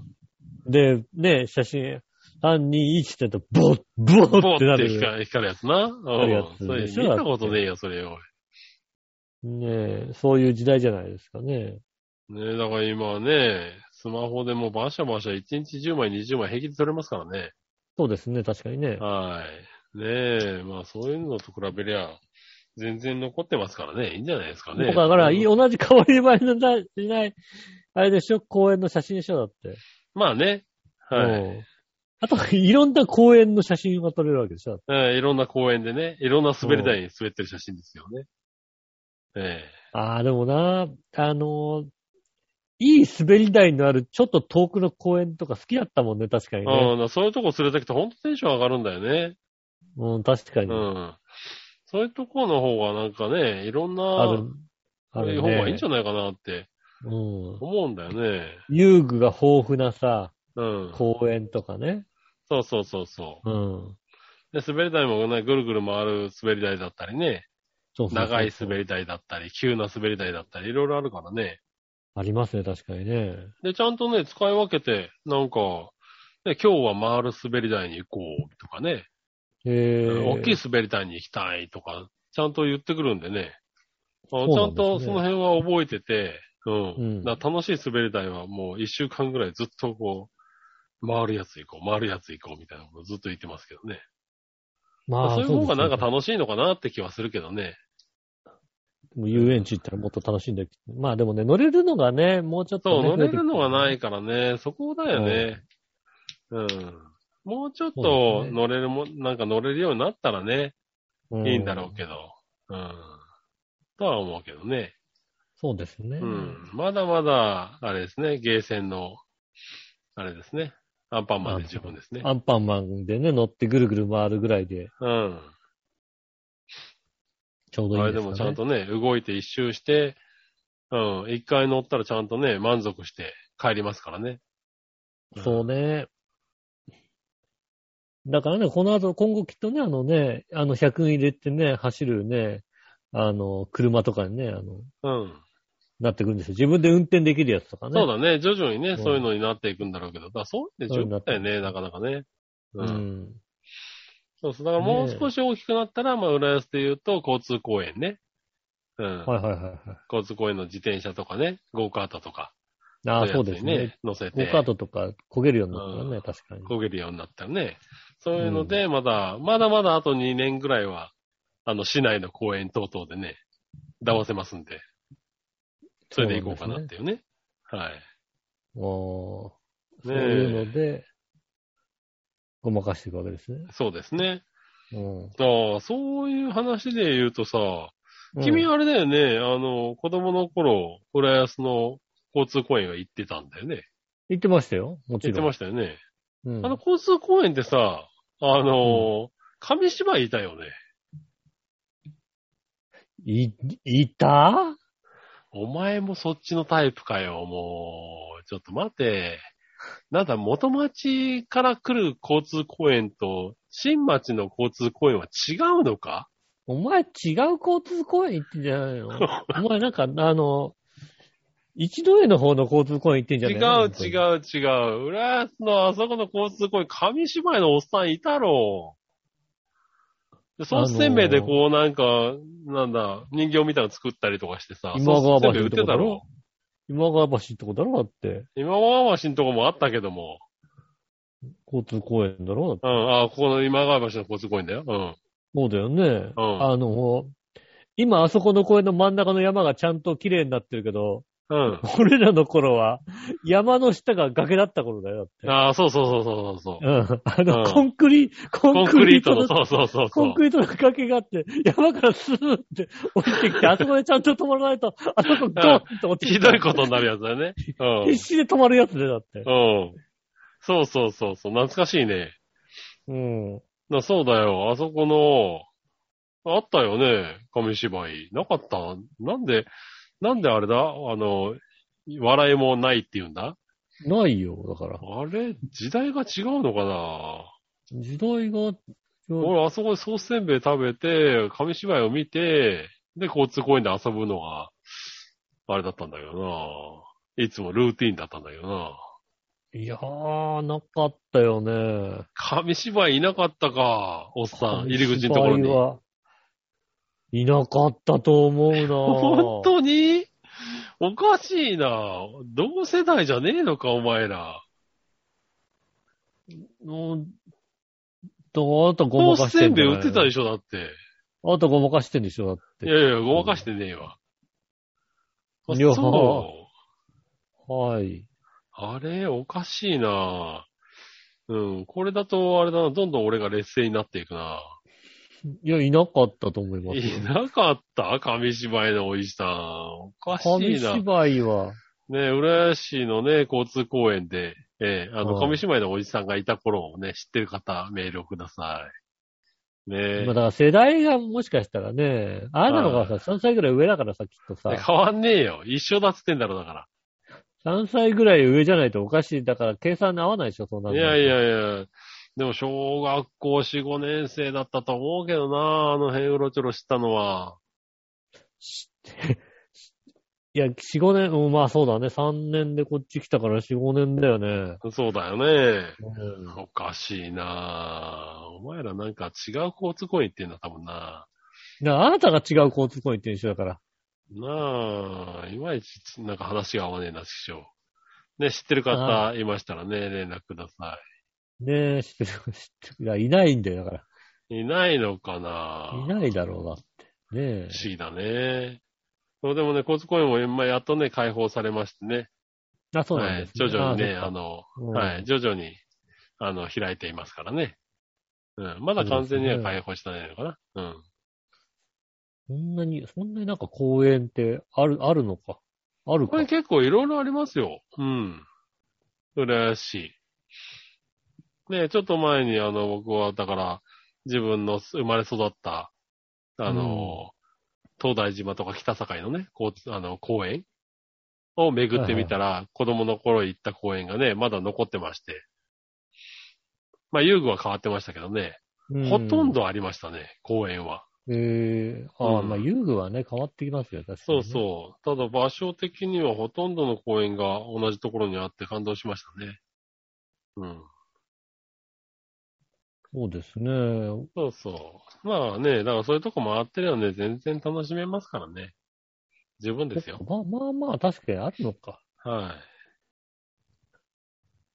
S2: で、ねえ、写真、3、2、1ってやると、ボッ、ボ
S3: ボ
S2: ッ
S3: ー
S2: っ
S3: って
S2: な
S3: て
S2: る。ね
S3: 光る光るやつな。
S2: 光るや
S3: うん。
S2: つ
S3: それ
S2: でしょ
S3: 見たことねえよ、それよ。
S2: え、そういう時代じゃないですかね。
S3: おいねだから今はね、スマホでもうバシャバシャ1日10枚、20枚平気で撮れますからね。
S2: そうですね、確かにね。
S3: はい。ねえ、まあそういうのと比べりゃ、全然残ってますからね、いいんじゃないですか
S2: だ
S3: ね。
S2: から、いい
S3: よ。
S2: 同じ変わり映えのない、しない、あれでしょ、公園の写真でしょ、だって。
S3: まあね。は
S2: う
S3: い。
S2: んあと、いろんな公園の写真が撮れるわけでしょ。
S3: うんいろんな公園でね、いろんな滑り台に滑ってる写真ですよね。ええ。
S2: ああ、でもな、あのーいい滑り台のあるちょっと遠くの公園とか好きだったもんね、確かにね。
S3: うん、だからそういうとこ連れてきてほんとテンション上がるんだよね。
S2: うん、確かに。
S3: うん。そういうとこの方がなんかね、いろん
S2: あ
S3: な
S2: る、、ある、ね。
S3: 方がいいんじゃないかなって
S2: うん。
S3: 思うんだよね。
S2: 遊具が豊富なさ、
S3: うん。
S2: 公園とかね。
S3: そうそうそうそ
S2: うん。
S3: う。で、滑り台もね、ぐるぐる回る滑り台だったりね、
S2: そうそうそう
S3: 長い滑り台だったり、急な滑り台だったり、いろいろあるからね。
S2: ありますね、確かにね。
S3: で、ちゃんとね、使い分けて、なんか、ね、今日は回る滑り台に行こうとかね、
S2: えー、
S3: 大きい滑り台に行きたいとか、ちゃんと言ってくるんでね。あ
S2: う
S3: ちゃ
S2: なんんですね
S3: とその辺は覚えてて、うん。
S2: うん
S3: だから楽しい滑り台はもう一週間ぐらいずっとこう、回るやつ行こう、回るやつ行こうみたいなことずっと言ってますけどね。
S2: まあ、
S3: そういう方がなんか
S2: そう
S3: 楽しいのかなって気はするけど
S2: です
S3: ね。
S2: ねでも遊園地行ったらもっと楽しんで。まあでもね、乗れるのがね、もうちょっと、ね。。
S3: そう、乗れるのがないいからね、そこだよね。うん。もうちょっ
S2: そう
S3: と
S2: ですね
S3: 乗れるも、なんか乗れるようになったらね、いいんだろうけど。うん。とは思うけどね。
S2: そうですね。
S3: うん。まだまだ、あれですね、ゲーセンの、あれですね、アンパンマンで十分ですね。
S2: アンパンマンでね、乗ってぐるぐる回るぐらいで、
S3: うん。
S2: ちょうど
S3: あ
S2: い
S3: れ
S2: い
S3: で
S2: ですか、ね。
S3: もちゃんとね、動いて一周して、うん、一回乗ったらちゃんとね、満足して帰りますからね。
S2: そうね。だからね、この後、今後きっとね、あのね、あの100円入れてね、走るね、あの、車とかにね、あの、
S3: うん。
S2: なってくるんですよ。自分で運転できるやつとかね。
S3: そうだね。徐々に
S2: う
S3: ね、
S2: ん
S3: そういうのになっていくんだろうけど。だからそういうのって重要だよね、なかなかね。
S2: う
S3: う。
S2: んん。
S3: そうそう。だからもう
S2: ねえ
S3: 少し大きくなったら、まあ、浦安で言うと、交通公園ね。うん。
S2: はいはいはいはい。
S3: 交通公園の自転車とかね、ゴーカートとか。
S2: ああ、
S3: い
S2: そう
S3: やつ
S2: です
S3: に
S2: ね。。
S3: 乗せ
S2: ゴ
S3: て
S2: ー。カートとか焦げるようになったからね、
S3: うん
S2: 確かに。
S3: 焦げるようになったね。そういうので、まだ、まだまだあと2年ぐらいは、あの、市内の公園等々でね、騙せますんで、それで行こうかなっていうね。はい。
S2: おーそう
S3: ねえ
S2: いうので、ごまかしていくわけですね。
S3: そうですね。
S2: うん
S3: ああ、そういう話で言うとさ、君
S2: うん
S3: あれだよね、あの、子供の頃、浦安の交通公園は行ってたんだよね。
S2: 言ってましたよ。もち
S3: 行っ
S2: ろ
S3: て
S2: ん。
S3: ましたよね。
S2: うん
S3: あの、交通公園ってさ、あの、紙芝居いたよね。
S2: い、いた
S3: お前もそっちのタイプかよ、もう。ちょっと待て。なんだ、元町から来る交通公園と、新町の交通公園は違うのか
S2: お前違う交通公園行ってんじゃ ないのお前なんか、あの、一度への方の交通公園行ってんじゃ
S3: 違、
S2: ないうのう。
S3: 違う、違う。浦安のあそこの交通公園、紙芝居のおっさんいたろ。でソースせんべいでこうなんか、なんだ、人形みたいなの作ったりとかしてさ、
S2: 今
S3: ソ
S2: 川
S3: ース
S2: 橋
S3: せんべい
S2: の
S3: 売っ
S2: と
S3: て
S2: こ
S3: た
S2: だ
S3: ろ
S2: ろ。今川橋ってことだろだって。
S3: 今川橋のとこもあったけども。
S2: 交通公園だろ
S3: うん、あ、ここの今川橋の交通公園だよ。うん。
S2: そうだよね。
S3: うん
S2: あの、今あそこの公園の真ん中の山がちゃんと綺麗になってるけど、
S3: うん。
S2: 俺らの頃は山の下が崖だった頃だよ、だって。
S3: ああ、そうそうそうそうそうそう。
S2: うん。あの、
S3: うん
S2: コンクリ、コ
S3: コ
S2: ン
S3: ン
S2: ク
S3: ク
S2: リー
S3: リー
S2: ト
S3: ト
S2: の
S3: の、そうそうそう
S2: コ
S3: そ
S2: ン
S3: う。
S2: クリートの崖があって、山からスーッて落ちて きて、あそこでちゃんと止まらないと、あそこドーンと落ちて
S3: ひ
S2: きて
S3: どいことになるやつだよね。うん。
S2: 必死で止まるやつで、だって。
S3: うん。そうそうそうそう。懐かしいね。
S2: うん。
S3: なそうだよ。あそこの、あったよね。紙芝居。なかったなんで、なんであれだあの、笑いもないって言うんだ
S2: ないよ、だから。
S3: あれ、時代が違うのかな
S2: 時代が、
S3: 俺、あそこでソースせんべい食べて、紙芝居を見て、で、交通公園で遊ぶのが、あれだったんだけどな。いつもルーティーンだったんだけどな。
S2: いやー、なかったよね。
S3: 紙芝居いなかったか、おっさん、入り口のところ
S2: 紙芝居
S3: に。
S2: はいなかったと思うなぁ
S3: 本当におかしいな。同世代じゃねえのか、お前ら。
S2: うんと、あとご
S3: ソ
S2: ま
S3: ー
S2: か
S3: ス
S2: して
S3: せ
S2: ん
S3: ん
S2: だ
S3: べい
S2: よ
S3: 売ってたでしょ、だって。
S2: あとごまかしてんでしょだっ
S3: い
S2: て。
S3: やいや、ごまかしてねえわ。あ
S2: いや
S3: そう。
S2: はい。
S3: あれ、おかしいなうん、これだと、あれだな、どんどん俺が劣勢になっていくない
S2: や、いなかったと思いますよ。
S3: いなかった紙芝居のおじさん。おかし
S2: 紙
S3: いな。ね
S2: 芝居は、
S3: え、浦安市のね、交通公園で、ええあの、
S2: はい
S3: 紙芝居のおじさんがいた頃をね、知ってる方、メールをください。ねえ
S2: まあだ。から世代がもしかしたらね、あなたの方がさ、3歳ぐらい上だからさ、きっとさ、
S3: 変わんねえよ。一緒だっつってんだろ、だか
S2: 3歳ぐらい上じゃないとおかしい。だから計算に合わないでしょ、そんな
S3: ら。
S2: の
S3: いやい。やいや。でも、小学校4、5年生だったと思うけどな、あの辺うろちょろしたのは。
S2: いや、4、5年、うんまあそうだね。3年でこっち来たから4、5年だよね。
S3: そうだよね。
S2: うん
S3: おかしいなぁ。お前らなんか違う交通公園行ってんだ、多分な
S2: だからあなたが違う交通公園って一緒だから。
S3: なあ、いまいち、なんか話が合わねえな、師匠。ね、知ってる方いましたらね、連絡くださ
S2: ねえ、知ってる、知ってる。いや、いないんだよ、だか
S3: い。いないのかな
S2: ら。い
S3: ぁ
S2: ないだろうなって。ねえ。
S3: 不思議だね。そうでもね、交通公園も今やっとね、開放されましてね。
S2: あ、そう
S3: は
S2: なん
S3: い
S2: で、す、
S3: 徐々にね、
S2: の、
S3: あの、
S2: うん
S3: はい、徐々に、あの、開いていますからね。うん、まだ完全には開放してないのかな。うん。
S2: そんなに、そんなになんか公園ってある、あるのか。ある
S3: こ
S2: か
S3: れ。結構いろいろありますよ。うん。浦安市。ねえちょっと前にあの、僕は、だから、自分の生まれ育った、あの、東大島とか北境のね、こうあの、公園を巡ってみたら、子供の頃行った公園がね、まだ残ってまして。まあ、遊具は変わってましたけどね。
S2: う
S3: ほとん。どありましたね、公園は。
S2: ええああ、
S3: うん
S2: まあ遊具はね、変わってきますよ、確か
S3: そ
S2: に、
S3: うそう。ただ場所的にはほとんどの公園が同じところにあって感動しましたね。うん。
S2: う。そうですね。
S3: そうそう。まあね、だからそういうとこ回ってればね、全然楽しめますからね。十分ですよ。
S2: まあまあまあ、確かにあるのか。
S3: は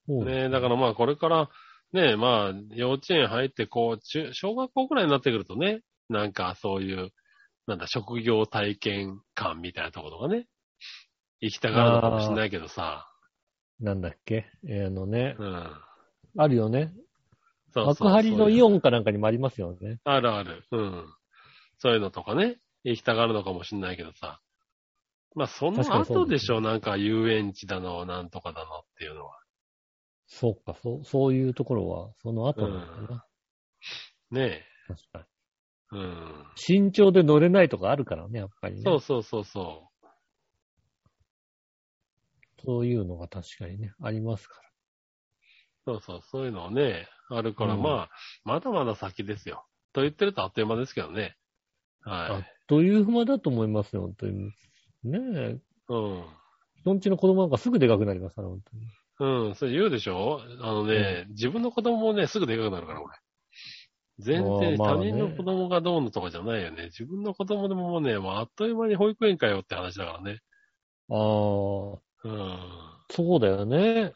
S2: そ
S3: い。
S2: うです
S3: ねだからまあこれから、ねまあ、幼稚園入って、こう、中、小学校くらいになってくるとね、なんかそういう、なんだ、職業体験館みたいなところがね、行きたがるのかもしれないけどさ、
S2: なんだっけえーあのね、
S3: うん。
S2: あるよね。
S3: そうそう
S2: 幕張のイ
S3: オン。
S2: オンかなんかにもありますよね。
S3: あるある。うん。そういうのとかね、行きたがるのかもしれないけどさ。まあ、その
S2: 確かにそ
S3: 後
S2: うで
S3: です
S2: ね
S3: しょ、なんか遊園地だの、なんとかだのっていうのは。
S2: そうか、そう、そういうところは、その後なのかな。
S3: ね
S2: 確かに。
S3: え。うん。
S2: 慎重で乗れないとかあるからね、やっぱりね。
S3: そうそうそうそう。
S2: そういうのが確かにね、ありますか
S3: そうそう、そういうのね、あるから、
S2: うん
S3: まあ、まだまだ先ですよ。と言ってるとあっという間ですけどね。
S2: ら。あ
S3: は
S2: っ
S3: い。
S2: という間だと思いますよ、本当に。ねえ、
S3: うん。
S2: 人んちの子供なんかすぐでかくなりますから、本当に。
S3: うん、それ言うでしょあのね、自分の子供もね、すぐでかくなるから、俺。全然、
S2: あーまあ
S3: 他
S2: ね
S3: 人の子供がどうのとかじゃないよね。自分の子供でももうね、もうあっという間に保育園かよって話だからね。
S2: ああ、
S3: うん。
S2: そうだよね。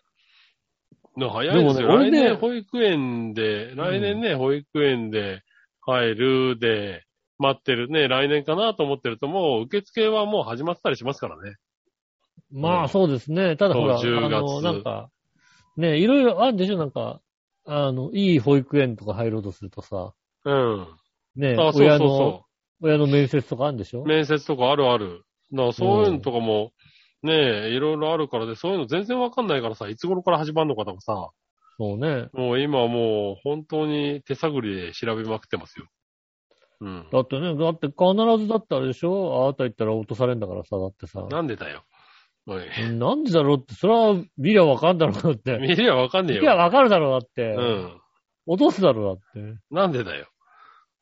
S3: の早いです
S2: で
S3: よ。
S2: もね俺
S3: 来
S2: ね
S3: 年保育園で、来年ね、保育園で入るで、待ってるね、来年かなと思ってると、もう受付はもう始まってたりしますからね。
S2: ま
S3: う
S2: あ
S3: ん
S2: そうですね。ただほら、あ
S3: そう10月
S2: の、なんか、ねいろいろあるでしょ、なんか、あの、いい保育園とか入ろうとするとさ、
S3: うん。
S2: ね
S3: あ、そうそう
S2: 親の
S3: そ、
S2: 親の面接とかあるんでしょ
S3: う。面接とかあるある。だからそういうのとかも、ねいろいろあるからで、そういうの全然わかんないからさ、いつ頃から始まるのかとかさ、
S2: そうね。
S3: もう今もう本当に手探りで調べまくってますよ。うん。
S2: だってね、だって必ずだってあれでしょあなた行ったら落とされんだからさ、だってさ。
S3: なんでだよ。おい
S2: なんでだろうって、それは見りゃわかんだろうなって。
S3: 見りゃわかんね
S2: 見
S3: え
S2: りゃ
S3: よ。
S2: わかるだろうなって
S3: う。ん。
S2: 落とすだろうなって。
S3: なんでだよ。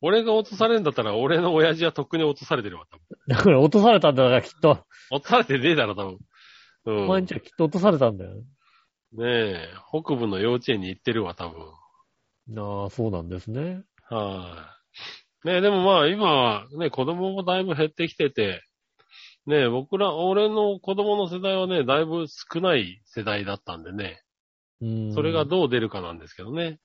S3: 俺が落とされるんだったら、俺の親父はとっくに落とされてるわ、多分。
S2: だから落とされたんだから、きっと。
S3: 落とされてねえだろ、多分。
S2: お
S3: う
S2: 前
S3: ん。
S2: ん
S3: ね
S2: ちはきっと落とされたんだよ。
S3: え、北部の幼稚園に行ってるわ、多分。
S2: なあ、そうなんですね。
S3: はい。ねえ、でもまあ今、ね、子供もだいぶ減ってきてて、ねえ、僕ら、俺の子供の世代はね、だいぶ少ない世代だったんでね、
S2: うん。
S3: それがどう出るかなんですけどね。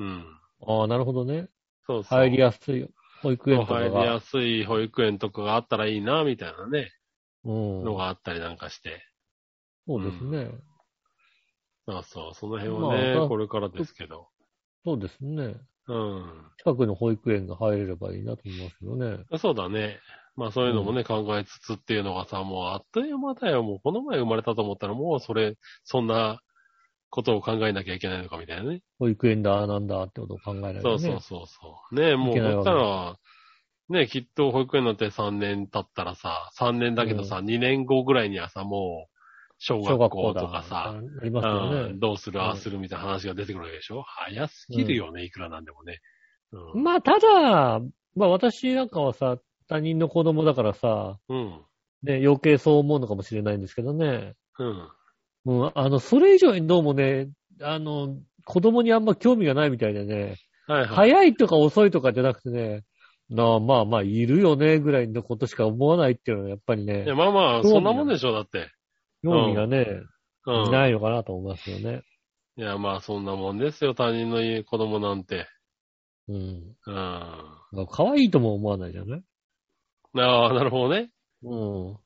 S3: うん。
S2: ああ、なるほどね。
S3: そうそう。
S2: 入りやすい保育園とか
S3: 入りや
S2: が。
S3: すい保育園とかがあったらいいな、みたいなね、
S2: うん。
S3: のがあったりなんかして。
S2: そうですね。
S3: そうそう、その辺はね、
S2: まあ
S3: これからですけど。
S2: そうですね。
S3: うん。
S2: 近くの保育園が入れればいいなと思いますけどね。
S3: そうだね。まあそういうのもね、考えつつっていうのがさ、もうあっという間だよ。もうこの前生まれたと思ったら、もうそれ、そんなことを考えなきゃいけないのかみたいなね。
S2: 保育園だ、なんだってことを考えない
S3: そ
S2: と
S3: うそう
S2: ね。
S3: そうそう。ねもう
S2: いけないわ
S3: ほっ
S2: け
S3: たら、ねきっと保育園なんて3年経ったらさ、3年だけどさ、2年後ぐらいにはさ、もう、小
S2: 小
S3: 学
S2: 学校
S3: 校
S2: だ
S3: とかさ、、
S2: ありますよ
S3: うん
S2: ね。
S3: どうする、
S2: うん
S3: ああするみたいな話が出てくるわけでしょ。早すぎるよね、いくらなんでもね。うん。
S2: まあ、ただ、まあ私なんかはさ、他人の子供だからさ、
S3: うん。
S2: ね、余計そう思うのかもしれないんですけどね。
S3: うん。
S2: うん、あの、それ以上にどうもね、あの、子供にあんま興味がないみたいでね、
S3: はいはい。
S2: 早いとか遅いとかじゃなくてね、なあまあまあ、いるよね、ぐらいのことしか思わないっていうのは、やっぱり
S3: いや、
S2: ね、
S3: まあま
S2: 興味
S3: あ、
S2: が
S3: そんなもんでしょ、だって。
S2: 興味がね、
S3: う
S2: い
S3: ん。
S2: ないのかなと思いますよね。
S3: いや、まあ、そんなもんですよ、他人の家子供なんて。
S2: うん。
S3: うん。あ
S2: まあ可愛いとも思わないじゃない
S3: あ、なるほどね。
S2: うん。
S3: うん。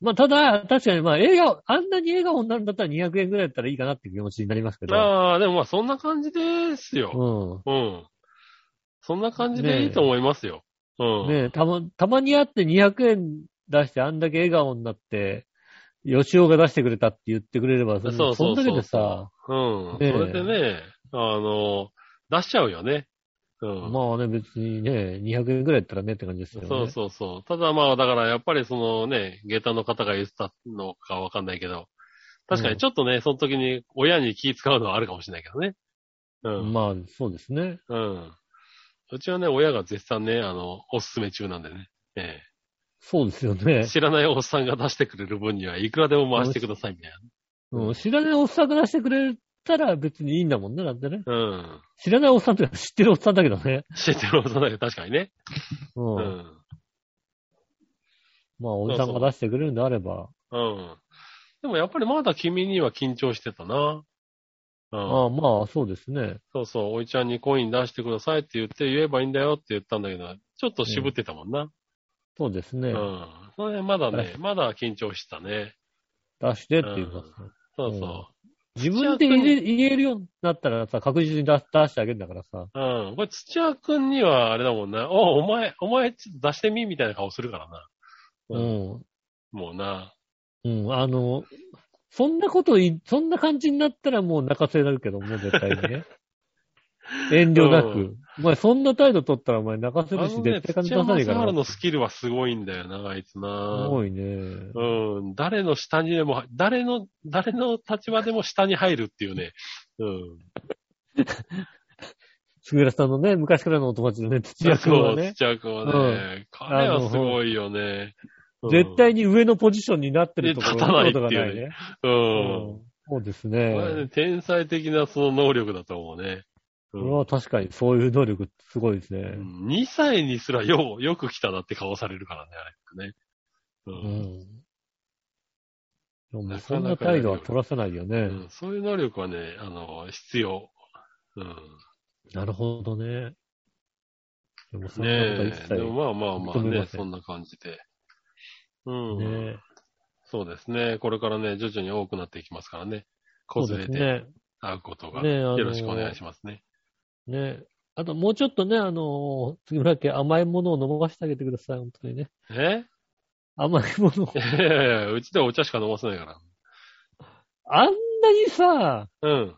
S2: まあ、ただ、確かにまあ、笑顔、あんなに笑顔になるんだったら200円ぐらいだったらいいかなっていう気持ちになりますけど。
S3: ああ、でもまあ、そんな感じですよ。
S2: う
S3: うん。そんな感じでいいと思いますよ。うん
S2: ん。。ねえ、たま、たまに会って200円出してあんだけ笑顔になって、吉尾が出してくれたって言ってくれれば、そ
S3: そうそうそう
S2: そんだけでさ、
S3: うん。そ
S2: ねえ
S3: れでね、あの、出しちゃうよね。うん。
S2: まあね、別にね、200円ぐらいだったらねって感じですよね。
S3: そうそうそう。ただまあ、だからやっぱりそのね、下駄の方が言ってたのかわかんないけど、確かにちょっとね、その時に親に気使うのはあるかもしれないけどね。うん。
S2: まあ、そうですね。
S3: うん。うちはね、親が絶賛ね、あの、おすすめ中なんでね。え
S2: そうですよ
S3: え
S2: ね。
S3: 知らないおっさんが出してくれる分にはいくらでも回してください、みたい
S2: うん、知らないおっさんが出してくれたら別にいいんだもんね、だってね。
S3: な。うん。
S2: 知らないおっさんっていうか知ってるおっさんだけどね。
S3: 知ってるおっさんだけど確かにね。
S2: うん。
S3: うん。
S2: まあ、おじさんが出してくれるんであれば。
S3: うん。でもやっぱりまだ君には緊張してたな。うん。
S2: ああまあ、そうですね。
S3: そうそう、おいちゃんにコイン出してくださいって言って言えばいいんだよって言ったんだけど、ちょっと渋ってたもんな。
S2: そうですね。
S3: うん。それまだね
S2: う、
S3: まだ緊張してたね。
S2: 出してって言いますね、
S3: そうそう。
S2: 自分で言え言えるようになったらさ、確実に出す出してあげるんだからさ。
S3: うん。これ、土屋くんには、あれだもんな。お、お前、お前、ちょっと出してみみたいな顔するからな。
S2: う。
S3: うんもうな。
S2: うん。あの、そんなことい、そんな感じになったらもう泣かせられるけども、絶対に ね。遠慮なく。
S3: うん
S2: お前、そんな態度取ったらお前泣か
S3: あ
S2: せる
S3: の
S2: し、
S3: ね、
S2: 絶対感
S3: 土
S2: じ
S3: 屋
S2: 出さね
S3: 正
S2: えか
S3: 治
S2: ら。
S3: のスキルはすごいんだよな、あいつな
S2: す。ごいね。
S3: うん。誰の下にでも、誰の、誰の立場でも下に入るっていうね。うん。
S2: すぐらさんのね、昔からのお友達のね、土屋君は
S3: そう、
S2: ね、
S3: 土屋くんはね、彼はすごいよね。うん
S2: 絶対に上のポジションになってるところ
S3: 立たないっていうね
S2: 見たことがね。
S3: う。
S2: うんそうです
S3: こ
S2: ね。
S3: れはね天才的なその能力だと思うね。う
S2: こ
S3: ん
S2: れは確かにそういう能力すごいですね。
S3: うん2歳にすらよう、よく来たなって顔されるからね、あれね。う
S2: うんん。でもそんな態度は取らせないよね。
S3: うんそういう能力はね、あの、必要。うん。
S2: なるほどね。でもそんなことは
S3: ね
S2: 一
S3: え。で
S2: 切
S3: もまあまあまあ
S2: 認めま
S3: ね、
S2: せん
S3: そんな感じで。うん。
S2: ね。
S3: そうですね。これからね、徐々に多くなっていきますからね。
S2: そ
S3: こ
S2: うで
S3: ずれ
S2: す
S3: て
S2: ね。
S3: 会うことが。
S2: ねえあの
S3: よろしくお願いしますね。
S2: ね。あともうちょっとね、あの、杉村家甘いものを飲ませてあげてください、本当にね。
S3: え
S2: 甘いものを。
S3: いやいやいやうちでお茶しか飲ませないか
S2: あんなにさ、
S3: ら。うん。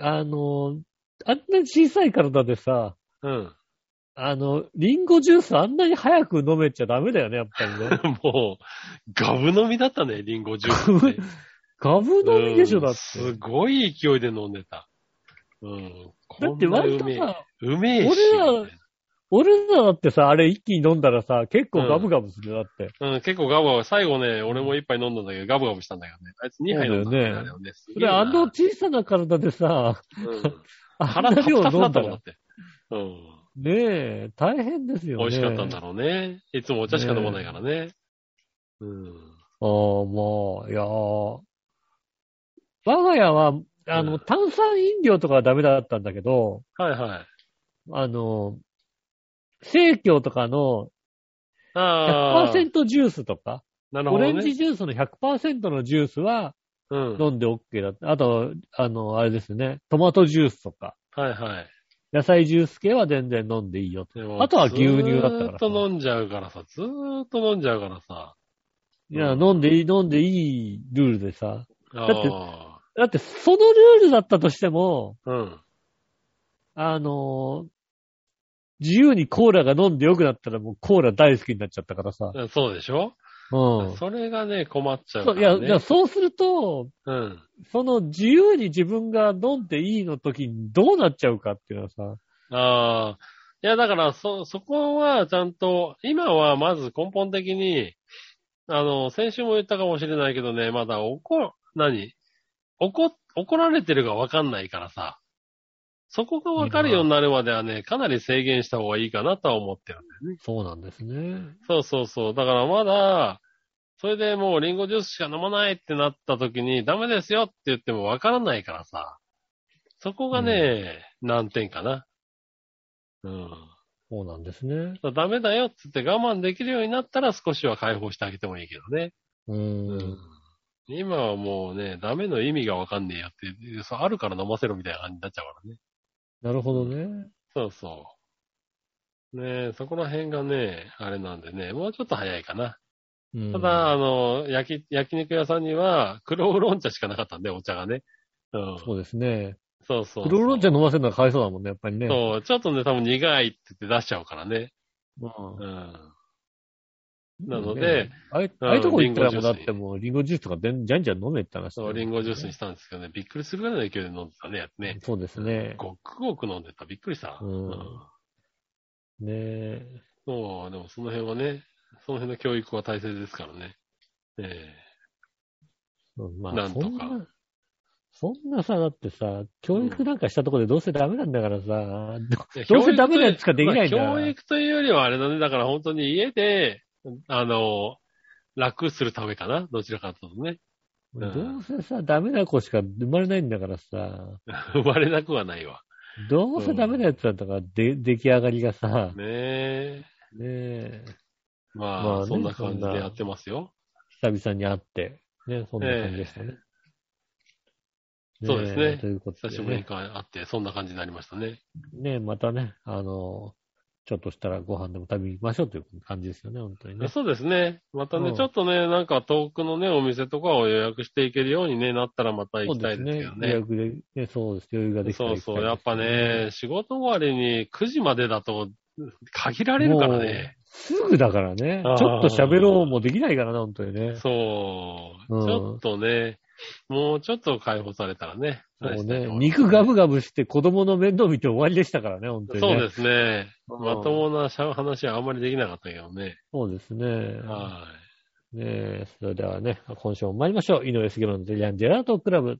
S2: あの、あんなに小さい体でさ、
S3: うん。
S2: あの、リンゴジュースあんなに早く飲めちゃダメだよね、やっぱり ね。
S3: もう、ガブ飲みだったね、リンゴジュースって。
S2: ガブ飲みでしょ、だって。
S3: すごい勢いで飲んでた。うん。
S2: だって割と
S3: こんな
S2: さ、
S3: うめえ、うめえし。
S2: 俺ら俺らだってさ、あれ一気に飲んだらさ、結構ガブガブするよ、だって。
S3: うん、結構ガブガブ。最後ね、俺も一杯飲んだんだけど、ガブガブしたんだけどね。あいつ2杯飲んだんだ
S2: そうだよね
S3: あれをね。す
S2: そ
S3: げえ
S2: れ
S3: な
S2: あの、小さな体でさ、
S3: うん
S2: あん
S3: 腹
S2: な
S3: 立
S2: 量
S3: つだ
S2: 飲
S3: っ
S2: ん
S3: た
S2: だ
S3: もんだ
S2: ら
S3: っ、て。うん。
S2: ねえ、大変ですよね。
S3: 美味しかったんだろうね。いつもお茶しか飲まないからね。うん。
S2: ああ、まあ、いやー我が家は、あ
S3: う
S2: の、
S3: ん
S2: 炭酸飲料とかはダメだったんだけど、
S3: はいはい。
S2: あの、生協とかの
S3: ああ。
S2: 100%ジュースとか、
S3: なるほ
S2: オレ
S3: ど
S2: ンジ
S3: ね。
S2: ジュースの100%のジュースは
S3: うん。
S2: 飲んで OK だった。あと、あの、あれですね、トマトジュースとか、
S3: はいはい。
S2: 野菜ジュース系は全然飲んでいいよ。
S3: でも
S2: あとは牛乳だったから
S3: ずーっと飲んじゃうからさ、ずーっと飲んじゃうからさ。
S2: いや、
S3: うん
S2: 飲んでいい、飲んでいいルールでさ。
S3: あ
S2: って
S3: あ。
S2: だって、そのルールだったとしても、
S3: うん。
S2: あのー自由にコーラが飲んでよくなったらもうコーラ大好きになっちゃったからさ。
S3: そうでしょ
S2: うん。
S3: それがね、困っちゃう
S2: そ
S3: か
S2: ういや、
S3: ら、ね。
S2: いや、そうすると、
S3: うん。
S2: その自由に自分が飲んでいいの時にどうなっちゃうかっていうのはさ、
S3: ああ。いや、だから、そ、そこはちゃんと、今はまず根本的に、あの、先週も言ったかもしれないけどね、まだ怒、何怒、怒られてるかわかんないからさ。そこがわかるようになるまではね、かなり制限した方がいいかなとは思ってるんだよね。
S2: そうなんですね。
S3: そうそうそう。だからまだ、それでもうリンゴジュースしか飲まないってなった時に、ダメですよって言ってもわからないからさ。そこがね、難点かな。うん。
S2: そうなんですね。
S3: ダメだよって言って我慢できるようになったら少しは解放してあげてもいいけどね。
S2: う。
S3: うん今はもうね、ダメの意味がわかんねえよって、そうあるから飲ませろみたいな感じになっちゃうからね。
S2: なるほどね。
S3: そうそう。ねえ、そこら辺がね、あれなんでね、もうちょっと早いかな。
S2: うん
S3: ただ、あ、の、焼き、焼肉屋さんには、黒ウーロン茶しかなかったんで、お茶がね。うん。
S2: そうですね。
S3: そうそうそう。
S2: クロロン茶飲ませるのはかわいそうだもんね、やっぱりね。
S3: そう、ちょっとね、多分苦いって言って出しちゃうからね。
S2: うん
S3: うん。なの
S2: ね
S3: で、
S2: ああいう
S3: うん
S2: ああいうとこ行ったら
S3: リ
S2: もう
S3: ンゴジュ
S2: だ
S3: ー
S2: っ
S3: ス
S2: てもうリンゴジュースとかでんじゃんじゃん飲んでった話。
S3: そう、リンゴジュースにしたんですけどね、びっくりするぐらいの勢いで飲んでたね、やつね。
S2: そうですね。
S3: ごくごく飲んでた。びっくりした。
S2: うんねえ。
S3: そう、でもその辺はね、その辺の教育は大切ですからね。ええ
S2: まあ、
S3: なんとか
S2: そんな、そんなさ、だってさ、教育なんかしたところでどうせダメなんだからさ、どうせダメなやつしかできないんだ
S3: まあ教育というよりはあれだね、だから本当に家で、あの、楽するためかな、どちらかというとね。うん
S2: どうせさ、ダメな子しか生まれないんだからさ、
S3: 生まれなくはないわ。
S2: どうせダメなやつなんだから、で、出来上がりがさ、ね
S3: ねえ。
S2: え、
S3: まあ、
S2: まあね
S3: そんな感じ
S2: そん
S3: で
S2: な
S3: やってますよ。
S2: 久々に会って、ね、そんな感じでしたね。え
S3: そうですね
S2: ということ
S3: 久
S2: で
S3: しぶりに
S2: ね、
S3: 会って、そんな感じになりましたね。
S2: ね、またね、あの、ちょっとしたらご飯でも食べに行きましょうという感じですよね、本当にね。
S3: そうですね。またね、
S2: うん
S3: ちょっとね、なんか遠くのね、お店とかを予約していけるように、ね、なったらまた行きたいですけ
S2: そ
S3: ど
S2: う予
S3: ね。
S2: 約で、ね、そうです。余裕ができた
S3: そ
S2: ら
S3: う
S2: 行きた
S3: そ
S2: いうです
S3: やっぱね、仕事終わりに9時までだと限られるからね。
S2: すぐだからね。
S3: あー
S2: ちょっと喋ろうもできないからな、本当にね。
S3: そう、
S2: うん
S3: ちょっとね、もうちょっと解放されたらね。
S2: もう
S3: 大したい
S2: ね
S3: と、思います
S2: 肉ガブガブして子供の面倒見て終わりでしたからね、本当に、ね。
S3: そうですね。
S2: うん
S3: まともな話はあんまりできなかったけどね。
S2: そうですね。
S3: は
S2: ねえそれではね、今週も参りましょう。井上杉村のデリアンジェラートクラブ。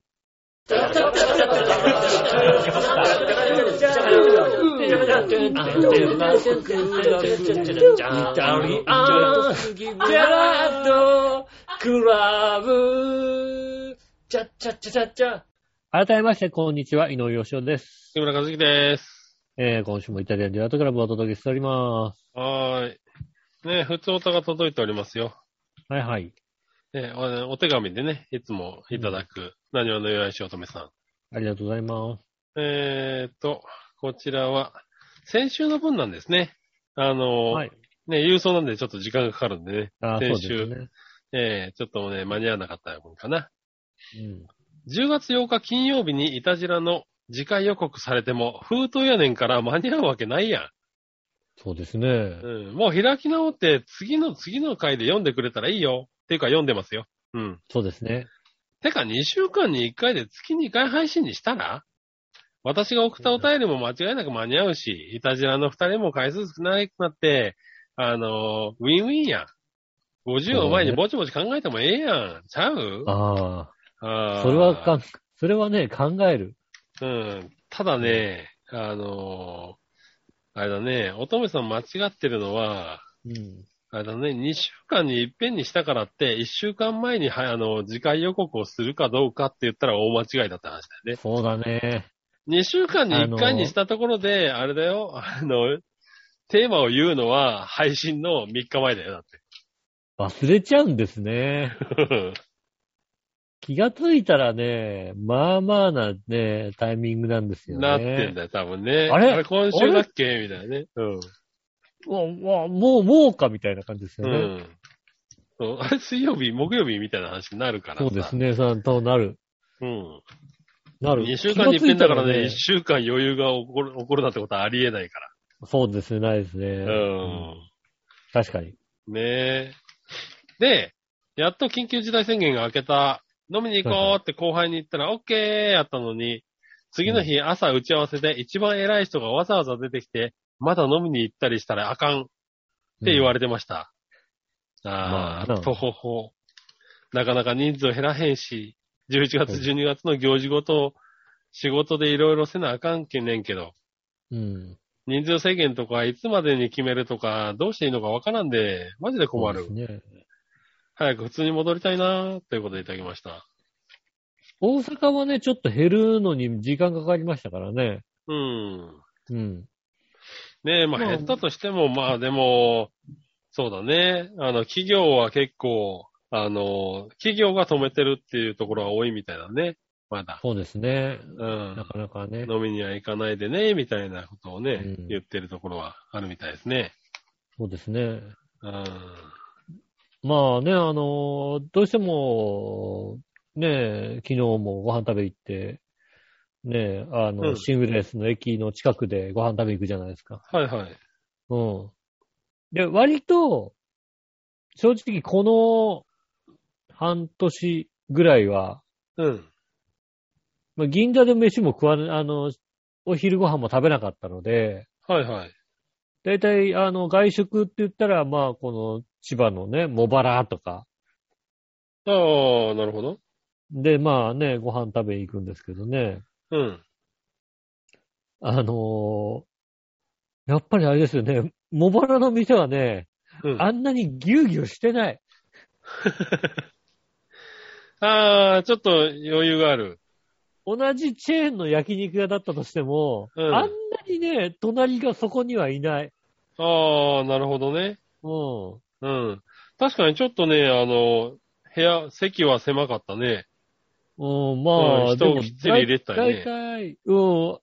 S2: 改めまして、こんにちは。井上義雄です。
S3: い。木村和樹です。
S2: えー今週もイタリアンジェラートクラブをお届けしております。
S3: はーい。ね、普通おたが届いておりますよ。
S2: はいはい。
S3: ね、おお手紙でね、いつもいただく、何わのよいしおとめさん。
S2: ありがとうございます。
S3: えーと、こちらは、先週の分なんですね。あの、
S2: はい。
S3: ね、郵送なんでちょっと時間がかかるんでね。
S2: あー
S3: 先
S2: そうですね。
S3: えー、ちょっとね、間に合わなかった分かな。
S2: うん
S3: 10月8日金曜日にいたじらの次回予告されても、封筒やねんから間に合うわけないやん。
S2: そうですね。
S3: うん、もう開き直って、次の次の回で読んでくれたらいいよ。っていうか読んでますよ。うん。
S2: そうですね。
S3: てか2週間に1回で月2回配信にしたら私が送ったお便りも間違いなく間に合うし、いたじらの2人も回数少なくなって、あのーウィンウィンやん。50を前にぼちぼち考えてもええやん。ちゃう
S2: あ
S3: あ
S2: あ、
S3: ー
S2: それはかん、それはね、考える。
S3: うん。ただね、あのーあれだね、乙女さん間違ってるのは、
S2: うん。
S3: あれだね、2週間に一遍にしたからって、1週間前に、はいあの、次回予告をするかどうかって言ったら大間違いだった話だよね。
S2: そうだね。
S3: 2週間に1回にしたところで、あれだよ、あの、テーマを言うのは配信の3日前だよ、だって。
S2: 忘れちゃうんですね。気がついたらね、まあまあなね、タイミングなんですよね。
S3: なってんだよ、多分ね。
S2: あれ
S3: 今週だっけみたいなね。うん。
S2: うわうわもう、もうかみたいな感じです
S3: う
S2: よね。
S3: ん。そうあれ、水曜日、木曜日みたいな話になるからさ
S2: そうですね、そうとなる。
S3: うん。
S2: なる。
S3: 2週間に一遍だから
S2: 気がついた
S3: ね、1週間余裕が起こる、起こるなんてことはありえないか
S2: そうですね、ないですね。
S3: ら。うん。
S2: 確かに。
S3: ねえ。で、やっと緊急事態宣言が明けた。飲みに行こうって後輩に言ったら、オッケーやったのに、次の日朝打ち合わせで一番偉い人がわざわざ出てきて、まだ飲みに行ったりしたらあかんって言わ
S2: れ
S3: れてました。あ
S2: まあ
S3: あ、
S2: な
S3: とほほ。なかなか人数減らへんし、11月、12月の行事ごと、仕事でいろいろせなあかんけんねんけど、
S2: うん。
S3: 人数制限とかいつまでに決めるとか、どうしていいのかわからんで、マジで困
S2: そ
S3: る。
S2: うですね。
S3: 早く普通に戻りたいなーっていうことでいただきました。
S2: 大阪はね、ちょっと減るのに時間かかりましたからね。
S3: うん。
S2: うん。
S3: ねえ、まあ
S2: まあ
S3: 減ったとしても、まあでも、そうだね。あの、企業は結構、あの、企業が止めてるっていうところは多いみたいだね。まだ。
S2: そうですね。
S3: う。
S2: なんかなかね。
S3: 飲みには行かないでね、みたいなことをね、
S2: うん
S3: 言ってるところはあるみたいですね。
S2: そうですね。
S3: うん。
S2: まあね、あのーどうしても、ねえ、昨日もご飯食べ行って、ねえ、あの、
S3: うん
S2: シングレースの駅の近くでご飯食べ行くじゃないですか。
S3: はいはい。
S2: うん。で、割と、正直この半年ぐらいは、
S3: うん。
S2: まあ、銀座で飯も食わなあの、お昼ご飯も食べなかったので、
S3: はいはい。
S2: だいたい、あの、外食って言ったら、まあ、この、千葉のね、茂原とか、
S3: ああ、なるほど。
S2: で、まあね、ご飯食べに行くんですけどね、
S3: うん。
S2: あのーやっぱりあれですよね、茂原の店はね、
S3: うん、
S2: あんなにギュうギュうしてない。
S3: ああ、ちょっと余裕がある。
S2: 同じチェーンの焼肉屋だったとしても、
S3: うん
S2: あんなにね、隣がそこにはいない。
S3: ああ、なるほどね。
S2: うん。
S3: うん。確かにちょっとね、あの、部屋、席は狭かったね。
S2: うん、ま
S3: う
S2: あ、
S3: ん
S2: でも
S3: 人をきっちり入れてたよね
S2: だいたい、うん、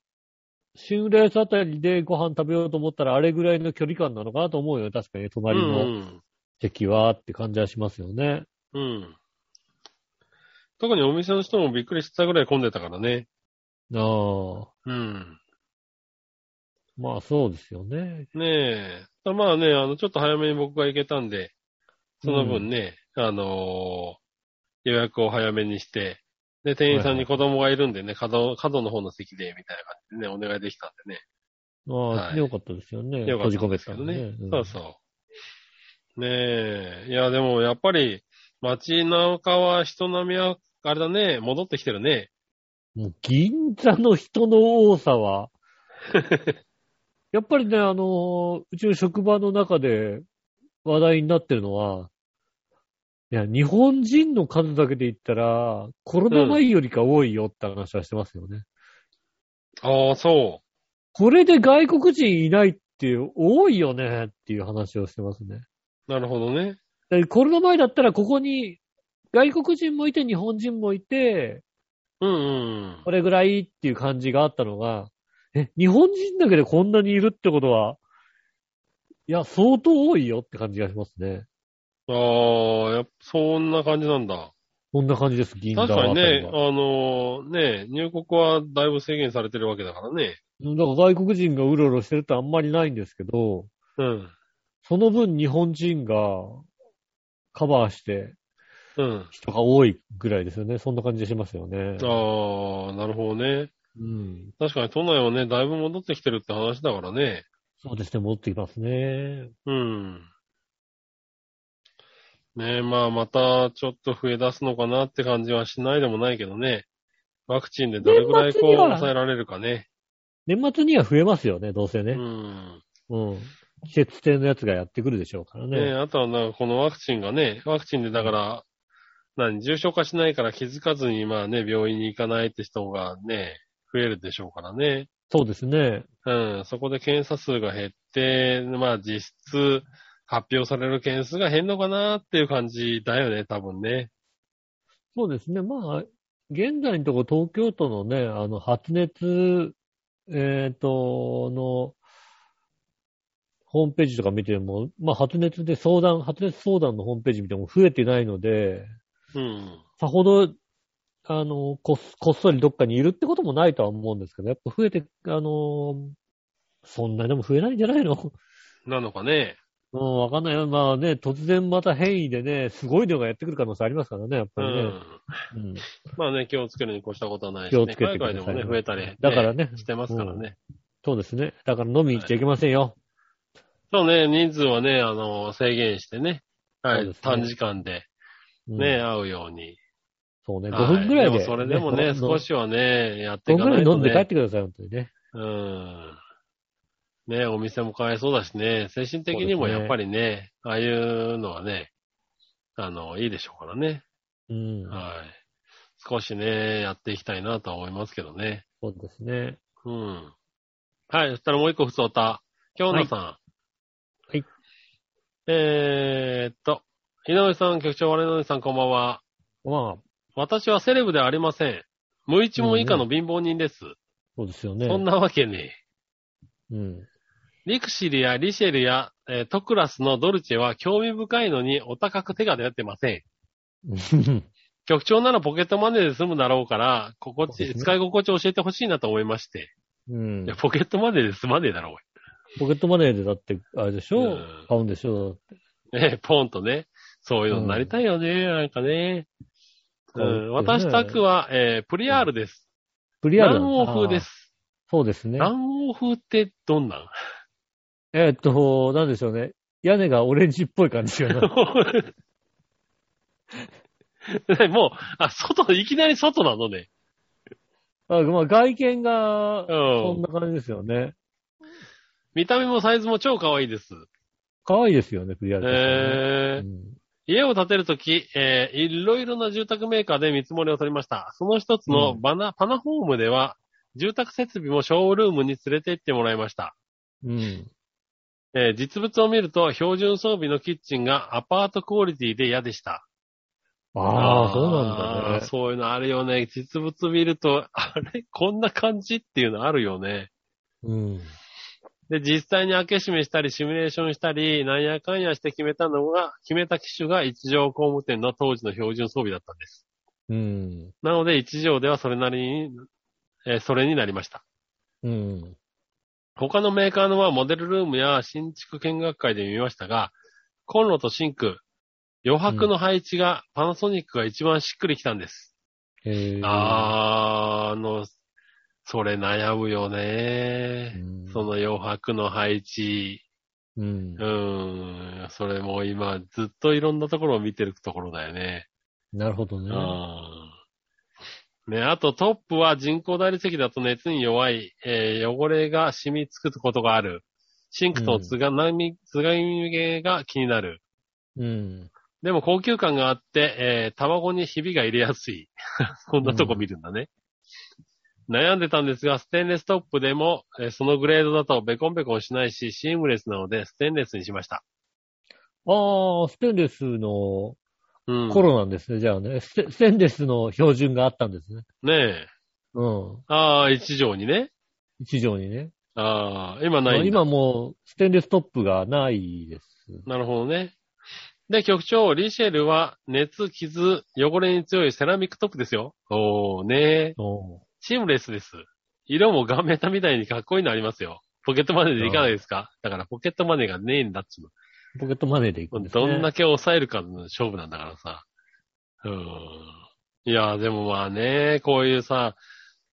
S2: 新浦安あたりでご飯食べようと思ったら、あれぐらいの距離感なのかなと思うよね。確かに、
S3: う
S2: 隣の
S3: ん、
S2: 席はって感じはしますよね。
S3: うん。うん。特にお店の人もびっくりしたぐらい混んでたからね。
S2: ああ。
S3: うん。
S2: まあ、そうですよね。
S3: ねえ。まあね、あの、ちょっと早めに僕が行けたんで、その分ね、あのー予約を早めにして、で、店員さんに子供がいるんでね、角、角の方の席で、みたいな感じでね、お願いできたんでね。
S2: ああ、
S3: はい
S2: よかったですよね。
S3: よか
S2: 閉
S3: っ
S2: じ
S3: た
S2: 込
S3: ん
S2: め
S3: で
S2: て
S3: す
S2: た
S3: け
S2: の
S3: ど
S2: ね。
S3: ね。
S2: ん
S3: そうそう。ねえ。いや、でもやっぱり、街中は人並みは、あれだね、戻ってきてるね。
S2: もう銀座の人の多さは、 やっぱりね、あの、うちの職場の中で話題になってるのは、いや、日本人の数だけで言ったら、コロナ前よりか多いよって話はしてますよね。
S3: ああ、そ
S2: これで外国人いないって多いよねっていう話をしてますね。
S3: う。なるほどね。
S2: でコロナ前だったらここに外国人もいて日本人もいて、
S3: うんうん
S2: これぐらいっていう感じがあったのが、え、日本人だけでこんなにいるってことは、いや、相当多いよって感じがしますね。
S3: うん。ああ、やっぱそんな感じなんだ。
S2: こんな感じです、銀座は。
S3: 確かにね、あのーね、入国はだいぶ制限されてるわけだからね。
S2: だから外国人がうろうろしてるってあんまりないんですけど、
S3: うん。
S2: その分日本人がカバーして
S3: うん。
S2: 人が多いぐらいですよね。そんな感じがしますよね。
S3: ああ、なるほどね。
S2: うん。
S3: 確かに都内はね、だいぶ戻ってきてるって話だからね。
S2: そうですね、戻ってきますね。
S3: うん。ねえ、まあまたちょっと増え出すのかなって感じはしないでもないけどね。ワクチンでどれくらいこ
S2: 年
S3: う
S2: 末には
S3: 抑えられるかね。
S2: 年末には増えますよね、どうせ
S3: う
S2: ね。
S3: ん。
S2: うん。季節性のやつがやってくるでしょうから
S3: ねえ、あとはなんかこのワクチンがね、ワクチンでだから、何、重症化しないから気づかずにまあね、病院に行かないって人がね、増えるでしょうからね。
S2: そうですね。
S3: うん、そこで検査数が減って、まあ実質発表される件数が減るのかなっていう感じだよね、多分ね。
S2: そうですね。まあ、現在のところ東京都のね、あの、発熱、えっ、と、の、ホームページとか見ても、まあ、発熱で相談、発熱相談のホームページ見ても増えてないので、
S3: うん。
S2: さほど、あの、こっこっそりどっかにいるってこともないとは思うんですけど、やっぱ増えて、あの、そんなにでも増えないんじゃないの
S3: なのかね。
S2: うん、わかんないよ。まあね、突然また変異でね、すごいのがやってくる可能性ありますからね、やっ
S3: う
S2: ぱりね。
S3: ん。
S2: うん
S3: まあね、気をつけるに越したことはないし、
S2: 気
S3: ね、
S2: をつけてください
S3: 海外でもね、増えたり、ね、
S2: だからね
S3: してますからね。
S2: そうですね。だから飲みに行っちゃいけませんよ。
S3: そうね、人数はね、あの、制限してね、は
S2: そう
S3: い、
S2: ですね
S3: 短時間で
S2: うん
S3: ね、会うように。
S2: そうね、5
S3: はい
S2: 分ぐらいで。
S3: もそれでもね、
S2: の
S3: 少。しはね、やっ
S2: 5
S3: てい
S2: 分
S3: か
S2: ぐ
S3: な
S2: ら
S3: い
S2: い飲
S3: と
S2: んで帰っ
S3: ね。
S2: てください、本当にね。
S3: うん。ね、お店も買えそうだしね、精神的にもやっぱりね、ああいうのはね、あの、いいでしょうからね。
S2: うん。
S3: はい。少しね、やっていきたいなとは思いますけどね。
S2: そうですね。
S3: うん。はい、そしたらもう一個不相た。京野さん。はい
S2: はい
S3: えーっと、井上さん、局長、我々さん、こんばんは。
S2: まあ、
S3: 私はセレブではありません。無一文以下の貧乏人です。
S2: そうですよね。
S3: そんなわけに。
S2: うん。
S3: リクシルやリシェルや、えートクラスのドルチェは興味深いのにお高く手が出ってません。 局長ならポケットマネーで済むだろうから、心
S2: そうで
S3: 地、
S2: すね
S3: 使い心地を教えてほしいなと思いまして。
S2: うん
S3: いや、、ポケットマネーで済まねえだろ、おい
S2: ポケットマネーでだって、あれでしょ、
S3: うん
S2: 買うんでしょ
S3: ね、ポンとね。 そういうのになりたいよね、なんかね。う
S2: そうです
S3: ん、
S2: ね
S3: 私宅は、えー、プリアールです。
S2: プリアルなんだ
S3: 卵黄風で。
S2: あー
S3: す。
S2: そうですね。
S3: 卵黄風ってどんなん
S2: えーっと、なんでしょうね。屋根がオレンジっぽい感じが な。
S3: もう、あ、外、いきなり外なのね。
S2: あまあ、外見が、
S3: う
S2: そん
S3: ん。
S2: な感じですよね。
S3: 見た目もサイズも超可愛いです。
S2: 可愛いですよね、プリアル確かにね。
S3: えー家を建てるとき、えーいろいろな住宅メーカーで見積もりを取りました。その一つの
S2: うん
S3: バナ、パナホームでは、住宅設備もショールームに連れて行ってもらいました。
S2: うん。うん。
S3: えー実物を見ると、標準装備のキッチンがアパートクオリティで嫌でした。
S2: あ
S3: ー
S2: あ、そうなんだね。
S3: そういうのあるよね。実物見ると、あれこんな感じっていうのあるよね。
S2: うん。
S3: で、実際に開け閉めしたり、シミュレーションしたり、なんやかんやして決めたのが、決めた機種が一条工務店の当時の標準装備だったんです。
S2: うん。
S3: なので、一条ではそれなりに、えーそれになりました。
S2: うん。
S3: 他のメーカーのはモデルルームや新築見学会で見ましたが、コンロとシンク、余白の配置が、パナソニックが一番しっくりきたんです。
S2: えー、
S3: あー、あの、それ悩むよね
S2: う。ん、
S3: その余白の配置。
S2: うん
S3: う。ーん、それも今、ずっといろんなところを見てるところだよね。
S2: なるほど
S3: う
S2: ね。
S3: ん。ね、あとトップは人工大理石だと熱に弱い、えー汚れが染みつくことがある。シンクとつがなみ、つがみ毛が気になる。
S2: うん。
S3: でも高級感があって、えー卵にひびが入れやすい。 そんなとこ見るんだね。悩んでたんですが、ステンレストップでも、えーそのグレードだとベコンベコンしないし、シームレスなので、ステンレスにしました。
S2: ああ、ステンレスの
S3: うん。
S2: 頃なんですね、じゃあねステ。ステンレスの標準があったんですね。
S3: ねえ。
S2: うん。
S3: ああ、一条にね。
S2: 一条にね。
S3: ああ、今ないんだ。
S2: 今もう、ステンレストップがないです。
S3: なるほどね。で、局長、リシェルは熱、傷、汚れに強いセラミックトップですよ。おーね
S2: おう
S3: シームレスです。色もガメタみたいにかっこいいのありますよ。ポケットマネーでいかないですかだからポケットマネーがねえんだっつう
S2: ポケットマネーで行く
S3: の。
S2: んですね。
S3: どんだけ抑えるかの勝負なんだからさ。うーん。いや、でもまあね、こういうさ、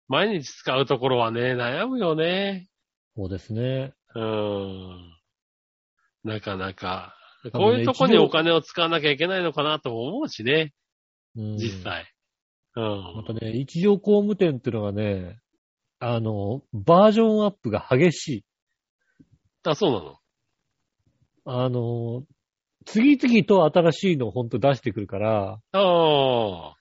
S3: 毎日使うところはね、悩むよね。
S2: そうですね。
S3: うーんなかなか。
S2: 多
S3: こ
S2: 分ね
S3: ういうとこにお金を使わなきゃいけないのかなとも思うしね、
S2: うん、
S3: 実。際。う
S2: ま
S3: ん。
S2: たね、一条工務店っていうのがね、あの、バージョンアップが激しい。
S3: あ、そうなの
S2: あの、次々と新しいのを本当出してくるから、
S3: あ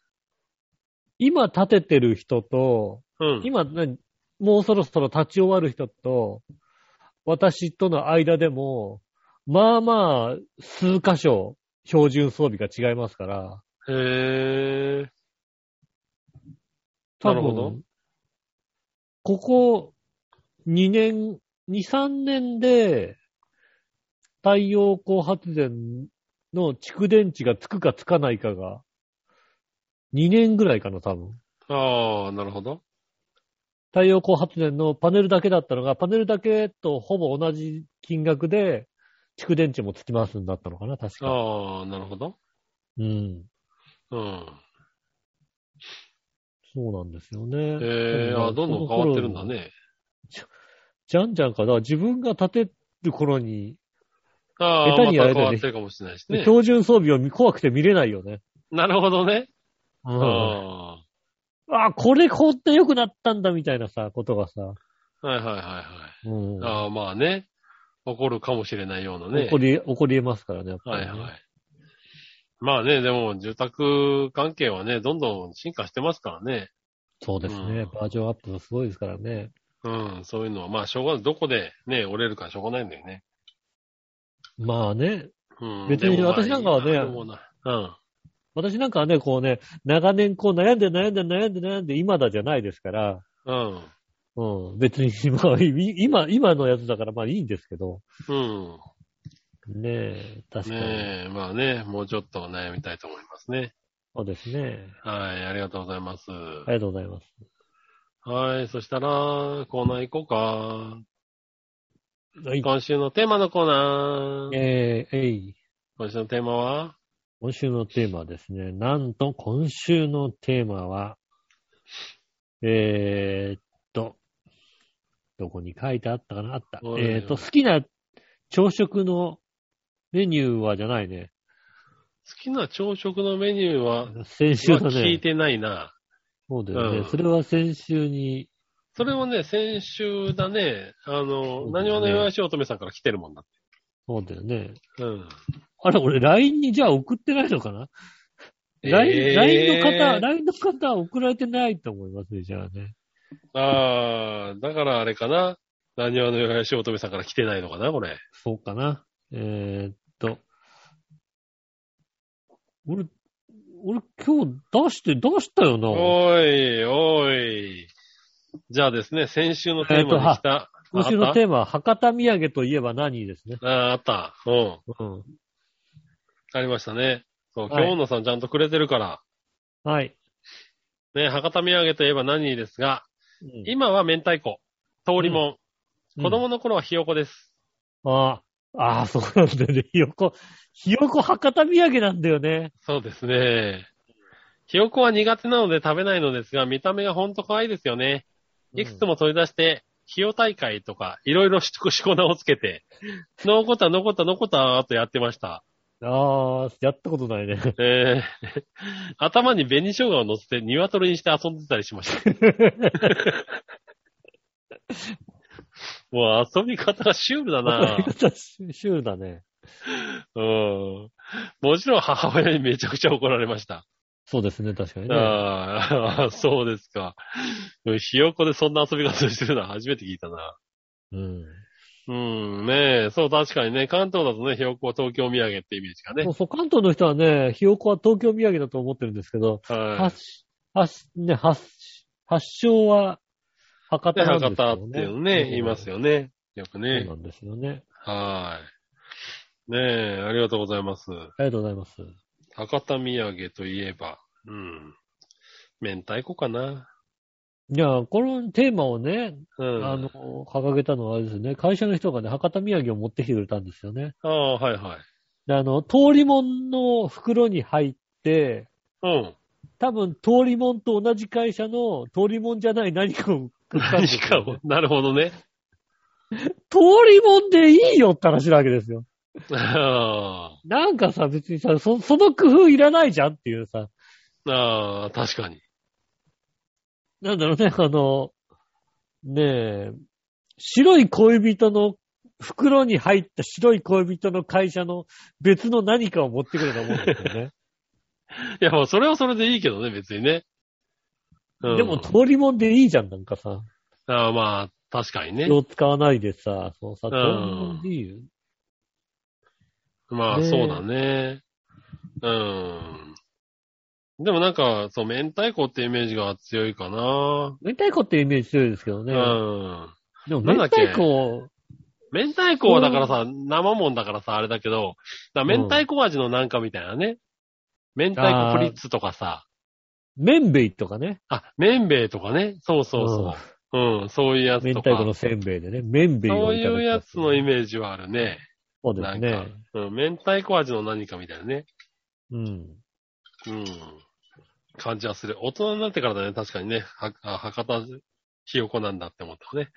S2: 今建ててる人と、
S3: あ。うん。
S2: 今、ね、もうそろそろ立ち終わる人と、私との間でも、まあまあ、数箇所、標準装備が違いますから、
S3: へえ。
S2: 多
S3: なるほど
S2: 分、ここ、2年、2、3年で、太陽光発電の蓄電池がつくかつかないかが、2年ぐらいかな、多分。
S3: ああ、なるほど。
S2: 太陽光発電のパネルだけだったのが、パネルだけとほぼ同じ金額で、蓄電池もつきますになったのかな、確か。
S3: ああ、なるほど。
S2: うん。
S3: うん。
S2: そうなんですよね。
S3: ええ、あどんどん変わってるんだね。
S2: じゃんじゃんか。だから自分が建てる頃に、
S3: ああ、
S2: 下手
S3: また
S2: にあれだよ
S3: 変
S2: ね
S3: わってるかもしれないしね。
S2: 標準装備を見怖くて見れないよね。
S3: なるほどね。
S2: う。
S3: うんん。
S2: あ、これこんな良くなったんだみたいなさ、ことがさ、
S3: はいはいはいは
S2: うん。
S3: い。ああ、まあね。起こるかもしれないようなね。
S2: 起こり、起こり得ますからね、やっぱ
S3: は
S2: り
S3: い
S2: ね、
S3: はい。まあね、でも住宅関係はね、どんどん進化してますからね。
S2: そうですね、
S3: うん
S2: バージョンアップがすごいですからね。
S3: うん、そういうのは、まあ、しょうがない。どこでね、折れるかしょうがないんだよね。
S2: まあね、
S3: うん。
S2: 別に
S3: でもまあ
S2: 私なんかはね
S3: いいもなうん。
S2: 私なんかはね、こうね、長年こう悩んで悩んで悩んで悩んで今だじゃないですから、
S3: うん。
S2: うん、別に今はいい、今、今のやつだからまあいいんですけど、
S3: うん。
S2: ねえ、確かに。
S3: ねえ、まあね、もうちょっと悩みたいと思いますね。
S2: そうですね。
S3: はい、ありがとうございます。
S2: ありがとうございます。
S3: はい、そしたら、コーナー行こ
S2: は
S3: うか。今週のテーマのコーナー。
S2: えー、えい。
S3: 今週のテーマは
S2: 今週のテーマはですね、なんと今週のテーマは、えー、っと、どこに書いてあったかなあった。
S3: おいおいおい
S2: えー、っと、好きな朝食のメニューはじゃないね。
S3: きな朝食のメニューは、
S2: 先週
S3: ま
S2: だ
S3: あ聞い
S2: ね。
S3: てないな。
S2: そうだよね、
S3: うん
S2: それは先週に、
S3: それはね、先週だね、あの、
S2: そうだね
S3: 何話の岩橋乙女さんから来てるもんだっ
S2: そうだよね。
S3: て。うん。
S2: あれ、俺 LINE にじゃあ送ってないのかな ?LINE、
S3: えー
S2: LINE の方、LINE の方は送られてないと思いますね、じゃあね。
S3: ああ、だからあれかな。何話の岩橋乙女さんから来てないのかな、これ。
S2: そうかな。えーっと。俺、俺今日出して、出したよな。
S3: おい、おい。じゃあですね、先週のテーマにした。
S2: 今週のテーマは博多土産といえば何ですね。
S3: ああったああ、あった。うん。
S2: うん。
S3: ありましたね。そう、
S2: はい
S3: 今日のさんちゃんとくれてるから。
S2: はい。
S3: ね、博多土産といえば何ですが、
S2: うん
S3: 今は明太子、通りもん、子供の頃はひよこです。
S2: うんああ、ああ、そうなんだよね。 ひよこ、ひよこ博多土産なんだよね。
S3: そうですね。ひよこは苦手なので食べないのですが、見た目がほんと可愛いですよね。いくつも取り出して、ひよ大会とか、いろいろし こしこ名をつけて、残った残った残ったとやってました。
S2: ああ、やったことない ね。
S3: えー頭に紅生姜を乗せて鶏にして遊んでたりしました。 もう遊び方がシュール だな
S2: シュールだね。
S3: うん。もちろん母親にめちゃくちゃ怒られました。
S2: そうですね、確かにね。
S3: ああ、 そうですか。ひよこでそんな遊び方をしてるのは初めて聞いたな。
S2: うん。
S3: うん、ねえ、そう確かにね、関東だとね、ひよこは東京土産ってイメージがね
S2: そう。そう、関東の人はね、ひよこは東京土産だと思ってるんですけど、
S3: は
S2: 発し、発し、ね、発し、発祥は博
S3: い。で、
S2: 多なん
S3: 博
S2: です
S3: 多
S2: よね。
S3: っていうのね、
S2: うん
S3: 言いますよね。よく
S2: そう
S3: ね
S2: な。んですよね。
S3: はい。ねえ、ありがとうございます。
S2: ありがとうございます。
S3: 博多土産といえば、うん。明太子かな。
S2: じゃあ、このテーマをね、
S3: うん。
S2: あの、掲げたのはあれですね、会社の人がね、博多土産を持ってきてくれたんですよね。
S3: ああ、はいはい。
S2: であの、通りもんの袋に入って、
S3: うん。
S2: 多分通りもんと同じ会社の通りもんじゃない何かを食ったんで
S3: 何
S2: す
S3: か
S2: よ
S3: を
S2: ね、
S3: なるほどね。
S2: 通りもんでいいよって話なわけですよ。
S3: あ
S2: なんかさ、別にさ、そその工夫いらないじゃんっていうさ、
S3: あ、ああ、確かに。
S2: なんだろうね、あの、ねえ、白い恋人の、袋に入った白い恋人の会社の別の何かを持ってくると思うんですよね。
S3: いや、もうそれはそれでいいけどね、別にね。 うん
S2: でも通りもんでいいじゃん、なんかさ。
S3: ああまあ、確かにね
S2: 気。を使わないでさ、そのさ、
S3: ん
S2: 通りもんでいいよ。
S3: まあ、
S2: ねえ
S3: そうだね。うん。でもなんか、そう、明太子ってイメージが強いかな。
S2: 明太子ってイメージ強いですけど
S3: う
S2: ね。
S3: ん。
S2: でも
S3: なん
S2: 明
S3: だっけ
S2: 太子、
S3: 明太子はだからさ、生もんだからさ、あれだけど、だから明太子味のなんかみたいなね。明太子プリッツとかさ、
S2: 麺べいとかね。
S3: あ、麺べいとかね。そうそうそう。うん、そういうやつ
S2: 明
S3: と
S2: 太
S3: か
S2: 子。のせんべいでね、麺べい
S3: そ
S2: を
S3: う
S2: いただき
S3: いうやつのイメージはあるね。
S2: そうで
S3: な
S2: す
S3: んか
S2: ね。、
S3: うん、明太子味の何かみたいなね。
S2: うん。
S3: うん。感じはする。大人になってからだね、確かにね。はあ博多ひよこなんだって思ったね。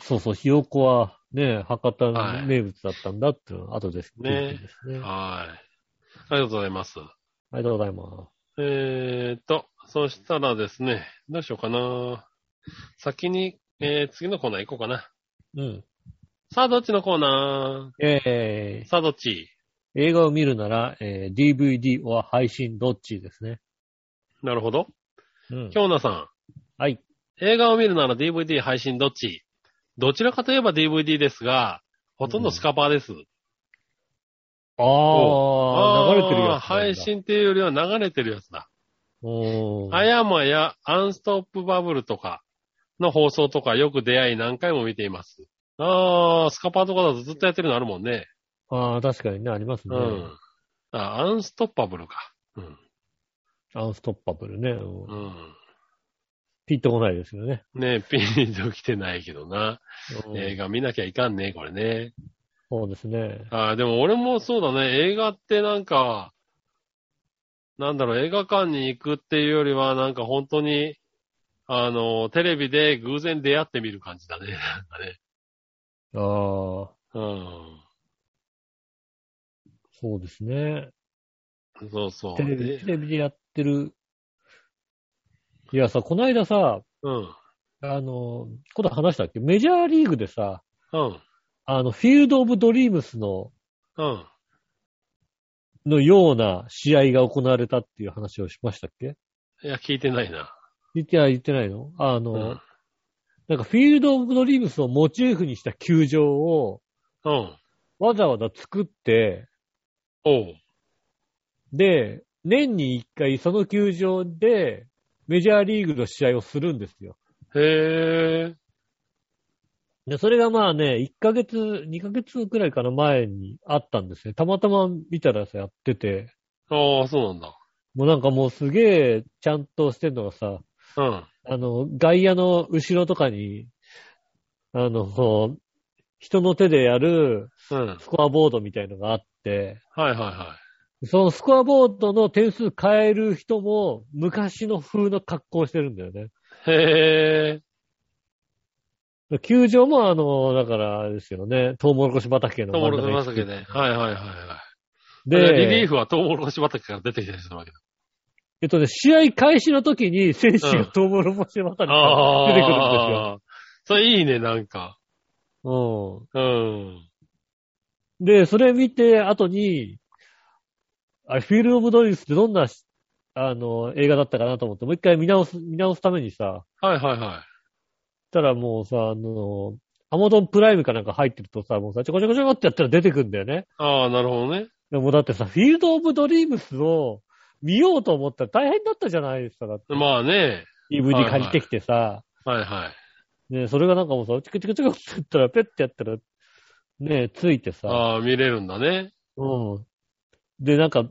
S2: そうそう、ひよこはね、博多
S3: はい
S2: の名物だったんだっていうのは後です
S3: ね
S2: 聞いてですね。
S3: はい。ありがとうございます。
S2: ありがとうございま
S3: えーっと、そしたらですね、どうしようかな。先に、えー、次のコーナー行こうかな。
S2: す。うん。
S3: さあ、どっちのコーナ
S2: え
S3: ーさあ、どっち
S2: ー、映画を見るなら、えー DVD は配信どっちですね。
S3: なるほど。
S2: うん。
S3: 京奈さ
S2: はい。
S3: ん、映画を見るなら DVD 配信どっちどちらかといえば DVD ですが、ほとんどスカパーです。
S2: ああ、流れてるやつなんだ。
S3: あー配信っていうよりは流れてるやつだ。
S2: おー。
S3: あやまやアンストップバブルとかの放送とかよく出会い何回も見ています。ああ、スカパーとかだとずっとやってるのあるもんね。
S2: ああ、確かにね、あります
S3: う
S2: ね。
S3: ん。あアンストッパブルか。うん。
S2: アンストッパブルね。うん
S3: うん。
S2: ピンとこないですよね。
S3: ねえ、ピンと来てないけどな。
S2: うん
S3: 映画見なきゃいかんね、これね。
S2: そうですね。
S3: ああ、でも俺もそうだね。映画ってなんか、なんだろう、映画館に行くっていうよりは、なんか本当に、あの、テレビで偶然出会ってみる感じだね。なんかね。
S2: ああ、
S3: うん。
S2: そうですね。
S3: そうそう。
S2: テレビ、
S3: で
S2: テレビでやってる。いやさ、こないださ、
S3: うん。
S2: あの、こと話したっけメジャーリーグでさ、
S3: うん。
S2: あの、フィールド・オブ・ドリームスの、
S3: うん。
S2: のような試合が行われたっていう話をしましたっけ
S3: いや、聞いてないな。
S2: 言って、あ言ってないのあの、
S3: うん。
S2: なんかフィールド・オブ・ドリームスをモチーフにした球場を
S3: うん。
S2: わざわざ作って、
S3: おう。
S2: で、年に一回その球場でメジャーリーグの試合をするんですよ。
S3: へえ。
S2: で、それがまあね、1ヶ月、2ヶ月くらいかな前にあったんですね。たまたま見たらさ、やってて、
S3: ああ、そうなんだ。
S2: もうなんかもうすげえちゃんとしてんのがさ、
S3: うん。
S2: あの、外野の後ろとかに、あの、こう人の手でやる
S3: うん。はい
S2: スコアボードみたいのがあって、
S3: はいは
S2: そのスコアボードの点数変える人も昔の風の格好をしてるんだよね。
S3: い。へえ。
S2: 球場もあの、だから、あれですよね、トウモロコシ畑の
S3: トウ
S2: 真
S3: モ
S2: ん
S3: ロ
S2: 中
S3: コ
S2: に
S3: シ畑ね。はいはいはいはい。
S2: で、
S3: リリーフはトウモロコシ畑から出てきたりするわけだ。
S2: えっとね、試合開始の時に選手がトウモロコシ畑から出てくるんですよ。
S3: ああ。それいいね、なんか。
S2: うん
S3: うん。
S2: で、それ見て、後に、あれ、フィールド・オブ・ドリームスってどんなし、あの、映画だったかなと思って、もう一回見直す、見直すためにさ、
S3: はいはいは
S2: たらもうさ、あの、アマゾンプライムかなんか入ってるとさ、もうさ、ちょこちょこちょこってやったら出てくんだよね。
S3: い。ああ、なるほどね。
S2: でもだってさ、フィールド・オブ・ドリームスを見ようと思ったら大変だったじゃないですか、だって。
S3: まあね。
S2: DVD 借りてきてさ、
S3: はいはい。
S2: ねそれがなんかもうさ、チクチクチクってやったら、ペッてやったら、ねついてさ、
S3: ああ、見れるんだね。
S2: うん。で、なんか、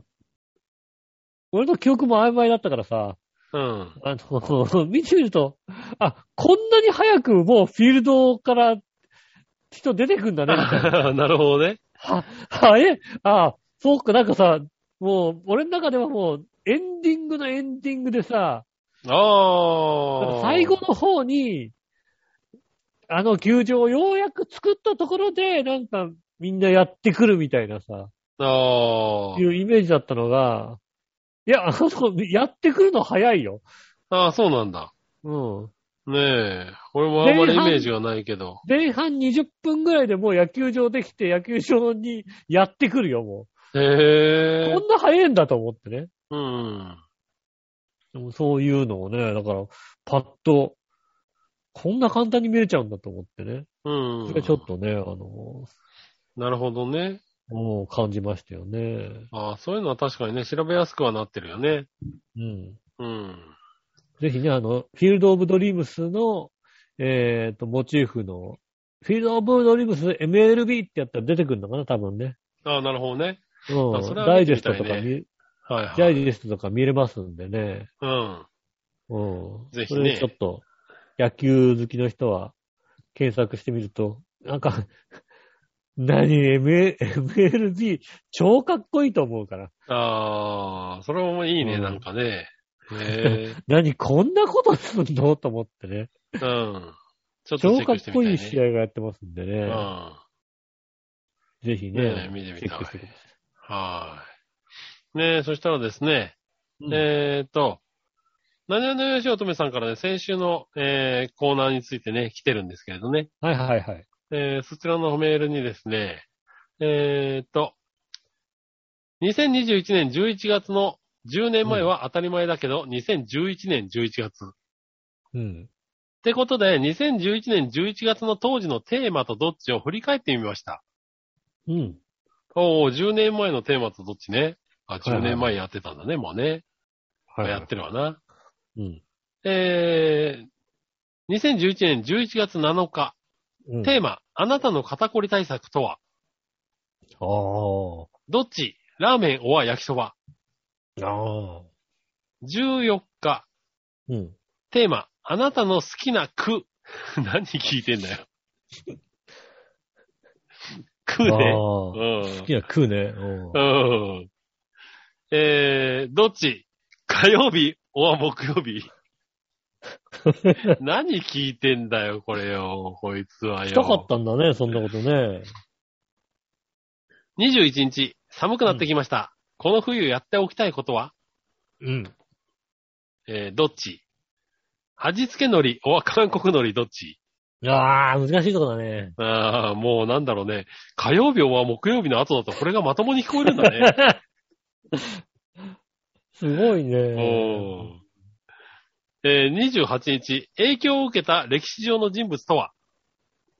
S2: 俺の記憶も曖昧だったからさ、
S3: うん。
S2: あの、 見てみると、あ、こんなに早くもうフィールドから人出てくんだね、みた いな。
S3: なるほどね。
S2: は、は、え、あ、そうか、なんかさ、もう、俺の中ではもう、エンディングのエンディングでさ、なん
S3: あ
S2: か
S3: あ。
S2: 最後の方に、あの球場をようやく作ったところで、なんかみんなやってくるみたいなさ、
S3: あ
S2: いうイメージだったのが、いや、あそこ、やってくるの早いよ。
S3: あ。ああ、そうなんだ。
S2: うん。
S3: ねえ。俺もあんまりイメージがないけど。
S2: 前半20分ぐらいでもう野球場できて、野球場にやってくるよ、も
S3: へ
S2: う。
S3: え
S2: こ。んな早いんだと思ってね。
S3: うん。
S2: でもそういうのをね、だから、パッと、こんな簡単に見れちゃうんだと思ってね。
S3: うん。
S2: それちょっとね、あの、
S3: なるほどね。
S2: もう感じましたよね。
S3: ああ、そういうのは確かにね、調べやすくはなってるよね。
S2: うん。
S3: うん。
S2: ぜひね、あの、フィールド・オブ・ドリームスの、えっ、と、モチーフの、フィールド・オブ・ドリームス MLB ってやったら出てくるのかな、多分ね。
S3: ああ、なるほどね。あ
S2: う
S3: そ
S2: ん。
S3: れは
S2: ダイ
S3: 見て
S2: ジェ
S3: み
S2: スト
S3: たいね
S2: とか見、
S3: はいはい。
S2: ダイジェストとか見れますんでね。
S3: うん。
S2: うん。
S3: ぜひ
S2: そ
S3: ね
S2: れちょっと、野球好きの人は、検索してみると、なんか、 何、ML MLB、超かっこいいと思うから。
S3: ああ、それもいいね、
S2: うん
S3: なんかね。 へえ。
S2: 何、こんなことすんのと思ってね。
S3: うん。ちょっとチ
S2: 超
S3: ェッ
S2: かっ
S3: クしてみ
S2: こ
S3: たい、
S2: い
S3: ね。
S2: い試合がやってますんでね。ぜひ
S3: うん。ね
S2: ね
S3: え、見て
S2: チェ
S3: みた
S2: ック
S3: い
S2: してくださ。
S3: はーい。ねえ、そしたらですね、
S2: い。うん
S3: えーっと、なにわのよしおとめさんからね、先週の、えーコーナーについてね、来てるんですけれどね、
S2: はいはいはい。
S3: えーそちらのメールにですね、えーっと、2021年11月の10年前は当たり前だけど、2011年11月。
S2: うん。
S3: ってことで、2011年11月の当時のテーマとどっちを振り返ってみました。
S2: うん。
S3: おお、10年前のテーマとどっちね。あ、
S2: いはい
S3: 10年前やってたんだね、もうね。
S2: はい、
S3: やってるわな。
S2: うん。
S3: えー、2011年11月7日、
S2: うん。
S3: テーマ、あなたの肩こり対策とは、
S2: ああ。
S3: どっちラーメンおは焼きそば。
S2: ああ。
S3: 14日、
S2: うん。
S3: テーマ、あなたの好きな句。 何聞いてんだよ。 句
S2: あ
S3: ね。
S2: あ。
S3: うん
S2: いや、食うね。うん
S3: うん。えー、どっち火曜日、おは木曜 日。何聞いてんだよ、これよ、こいつはよ。
S2: したかったんだね、そんなことね。
S3: 21日、寒くなってきました。この冬やっておきたいことは、
S2: うん。
S3: えー、どっち味付け海苔、おは韓国海苔、どっち
S2: ああ、難しいとこだね。
S3: ああ、もうなんだろうね。火曜日、おは木曜日の後だと、これがまともに聞こえるんだね。
S2: すごい
S3: お
S2: ね。
S3: ーえー、28日、影響を受けた歴史上の人物とは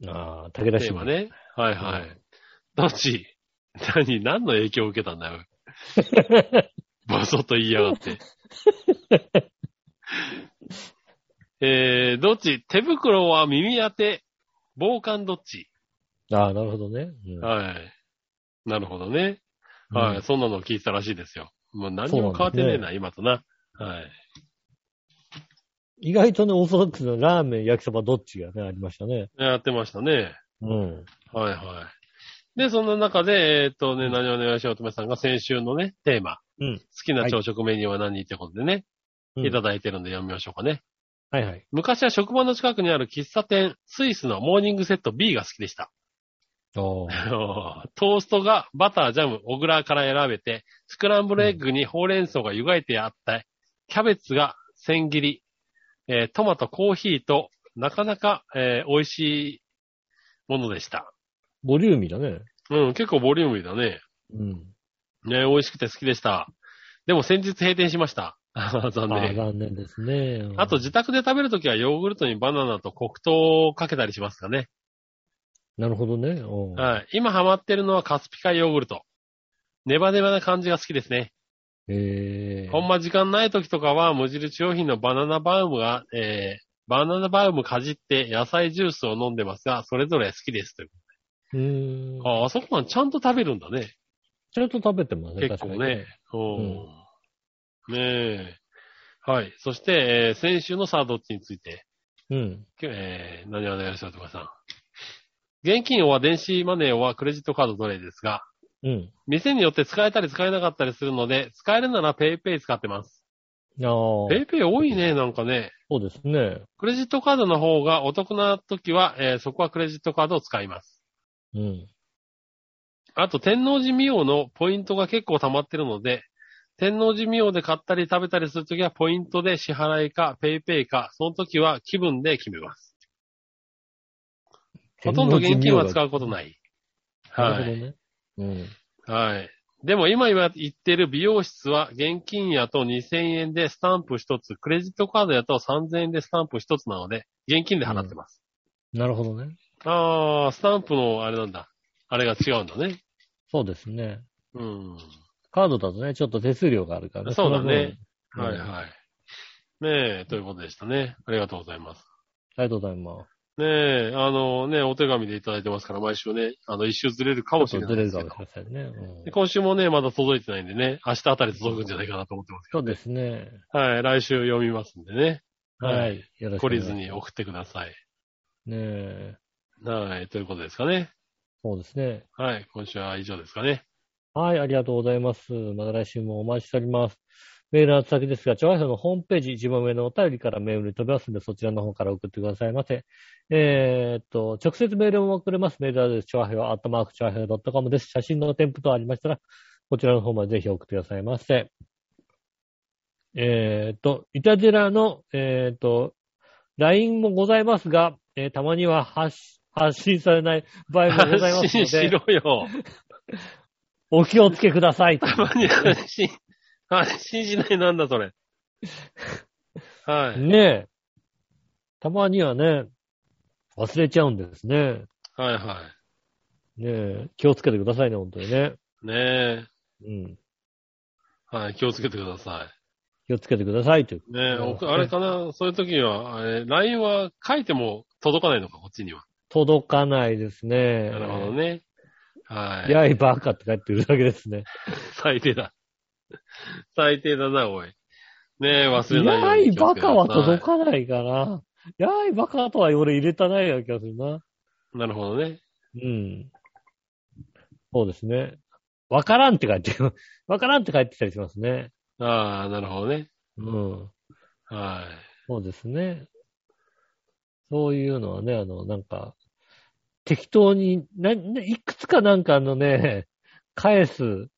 S2: ああ、武田
S3: テー
S2: 氏
S3: マ
S2: も。
S3: ね。はいは
S2: う
S3: い。どっち何何の影響を受けた んだよ。ボソッと言いやがって。えー、どっち手袋は耳当て、防寒どっち
S2: ああ、なるほどね。うん
S3: はい。なるほどね。はい、
S2: うん
S3: そんなのを聞いてたらしいですよ。もう何
S2: そう
S3: に
S2: なん
S3: も
S2: だ
S3: 変わってねえな、今とな。はい。
S2: 意外とね、オーソドックスなラーメン、焼きそば、どっちがね、ありましたね。
S3: やってましたね。
S2: うん。
S3: はいはい。で、そんな中で、えーっとね、何をお願いしようとめさんが先週のね、テーマ。
S2: うん
S3: 好きな朝食メニューは何ってことでね、
S2: うん
S3: いただいてるんで読みましょうかね。
S2: はいはい。
S3: 昔は職場の近くにある喫茶店、スイスのモーニングセット B が好きでした。
S2: おー
S3: トーストがバター、ジャム、小倉から選べて、スクランブルエッグにほうれん草が湯がいてあった、キャベツが千切り、えートマト、コーヒーと、なかなか、えー美味しいものでした。
S2: ボリューミーだね。
S3: うん、結構ボリューミーだね。
S2: うん。
S3: ね、美味しくて好きでした。でも先日閉店しました。残
S2: ああ、
S3: 念。
S2: 残念ですね。うん
S3: あと、自宅で食べるときはヨーグルトにバナナと黒糖をかけたりしますかね。
S2: なるほどね。おー
S3: はい。今ハマってるのはカスピカヨーグルト。ネバネバな感じが好きですね。
S2: えー
S3: ほんま時間ないときとかは無印良品のバナナバウムが、えー、バナナバウムかじって野菜ジュースを飲んでますが、それぞれ好きですという。
S2: うーん。
S3: あーあ、そこはちゃんと食べるんだね。
S2: ちゃんと食べてますね、
S3: 結構
S2: 確かに
S3: ね。。おーねえ。はい。そして、えー先週のさあどっちについて、
S2: うん。
S3: きょえー、何をお願いしますかさん。現金は電子マネーはクレジットカードどれですが、
S2: うん。
S3: 店によって使えたり使えなかったりするので、使えるなら PayPay 使ってます。
S2: ああ、そ
S3: PayPay 多いね、なんかね。
S2: うですね。
S3: クレジットカードの方がお得な時は、えーそこはクレジットカードを使います。
S2: うん。
S3: あと、天王寺美容のポイントが結構溜まってるので、天王寺美容で買ったり食べたりするときは、ポイントで支払いか、ペイペイか、その時は気分で決めます。ほとんど現金は使
S2: う。
S3: うことない。
S2: な
S3: は
S2: るほど
S3: い。
S2: ね。うん。
S3: はい。でも今言ってる美容室は、現金やと2000円でスタンプ1つ、クレジットカードやと3000円でスタンプ1つなので、現金で払ってます。
S2: なるほどね。
S3: あー、スタンプのあれなんだ。あれが違うんだね。
S2: そうですね。
S3: うん。
S2: カードだとね、ちょっと手数料があるからね。
S3: そうだね
S2: の分。うん
S3: はいはい。ねえ、ということでしたね。ありがとうございます。
S2: ありがとうございます。
S3: ねえ、あのね、お手紙でいただいてますから、毎週ね、あの、一周ずれるかもし
S2: ち
S3: れ
S2: ょっ
S3: な
S2: と
S3: い
S2: ずれ
S3: で
S2: る
S3: す
S2: か
S3: け
S2: も
S3: ど
S2: し。れませんね。うん
S3: で今週もね、まだ届いてないんでね、明日あたり届くんじゃないかなと思ってますけ
S2: そうですね。
S3: ど。はい、来週読みますんでね。はい
S2: はい。よろしくお願
S3: 懲り
S2: いし
S3: ず
S2: ます。
S3: に送ってください。
S2: ねえ。
S3: はい、ということですかね。
S2: そうですね。
S3: はい、今週は以上ですかね。
S2: はい、ありがとうございます。また来週もお待ちしております。メールの宛先ですが、調和表のホームページ、一番上のお便りからメールに飛びますので、そちらの方から送ってくださいませ。えーっと、直接メールも送れます。メールアドレス、調和表、アットマーク、調和表 .com です。写真の添付等ありましたら、こちらの方までぜひ送ってくださいませ。えーっと、イタジェラの、えーっと、LINE もございますが、えーたまには発し発信されない場合もございますの
S3: 発信 し
S2: で、
S3: ろよ。
S2: お気をつけください。
S3: たまに発信、発信しないなんだ、それ。はい、
S2: ねえ。たまにはね、忘れちゃうんですね。
S3: はい、は
S2: ねえ、気をつけてくださいね、本当にね。
S3: い。ね
S2: うん。
S3: え、はい、気をつけてください。
S2: 気をつけてくださいという。
S3: ねえ、
S2: うん
S3: おあれかな、そういう時には、あれ、LINE は書いても届かないのか、こっちには。
S2: 届かないですね。
S3: なるほどね。はい。
S2: やいばっかって帰ってるだけですね。
S3: 最低だ。最低だな、おい。ねえ、忘れないよ
S2: や
S3: うに
S2: い
S3: 気を
S2: ば
S3: つけてくださ
S2: かは届かないかな。やいばかとは俺入れたないような気がするな。
S3: なるほどね。
S2: うん。そうですね。わからんって書いて、わからんって書いてたりしますね。
S3: ああ、なるほどね。
S2: うん。
S3: は
S2: そうですね。そういうのはね、あの、なんか、適当に、な、ないくつかなんかあのね、 返す、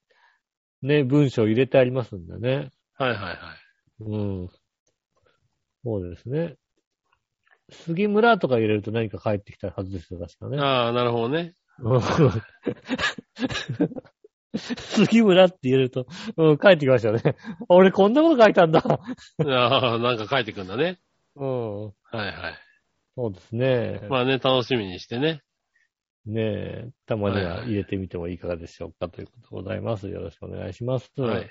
S2: ね、文章を入れてありますんでね。
S3: い。はいはいはい。
S2: うん。そうですね。杉村とか入れると何か返ってきたはずですよ、確かね。
S3: ああ、なるほどね。
S2: うん 杉村って言えると、うん、帰ってきましたね。 俺こんなこと書いたんだ。
S3: ああ、なんか書いてくんだね。
S2: うん。そ
S3: はいはい。
S2: うですね。
S3: まあね、楽しみにしてね。
S2: ねえ、たまに
S3: はい
S2: は
S3: はい
S2: 入れてみてもいかがでしょうかということでございます。よろしくお願いします。
S3: はい。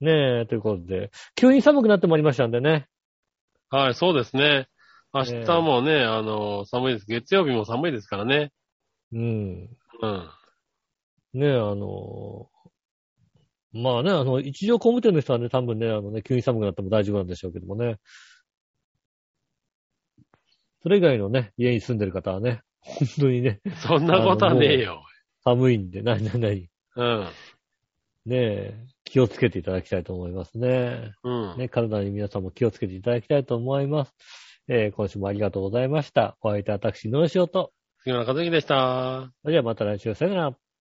S2: ねえ、ということで、急に寒くなってまいりましたんでね。
S3: はい、そうですね。明日もね、あの、寒いです。月曜日も寒いですからね。
S2: うん。
S3: うん。
S2: ねえ、あのまあね、あの、一条工務店の人はね、多分ね、あのね、急に寒くなっても大丈夫なんでしょうけどもね。それ以外のね、家に住んでる方はね、本当にね、
S3: そんなことはねえよ。
S2: 寒いんで、なになになに、
S3: うん。
S2: ねえ、気をつけていただきたいと思いますね。
S3: うん。
S2: ね、体に皆さんも気をつけていただきたいと思います。えー今週もありがとうございました。お相手は私、野良しおと。
S3: 杉村和樹でした。
S2: それではまた来週、さよなら。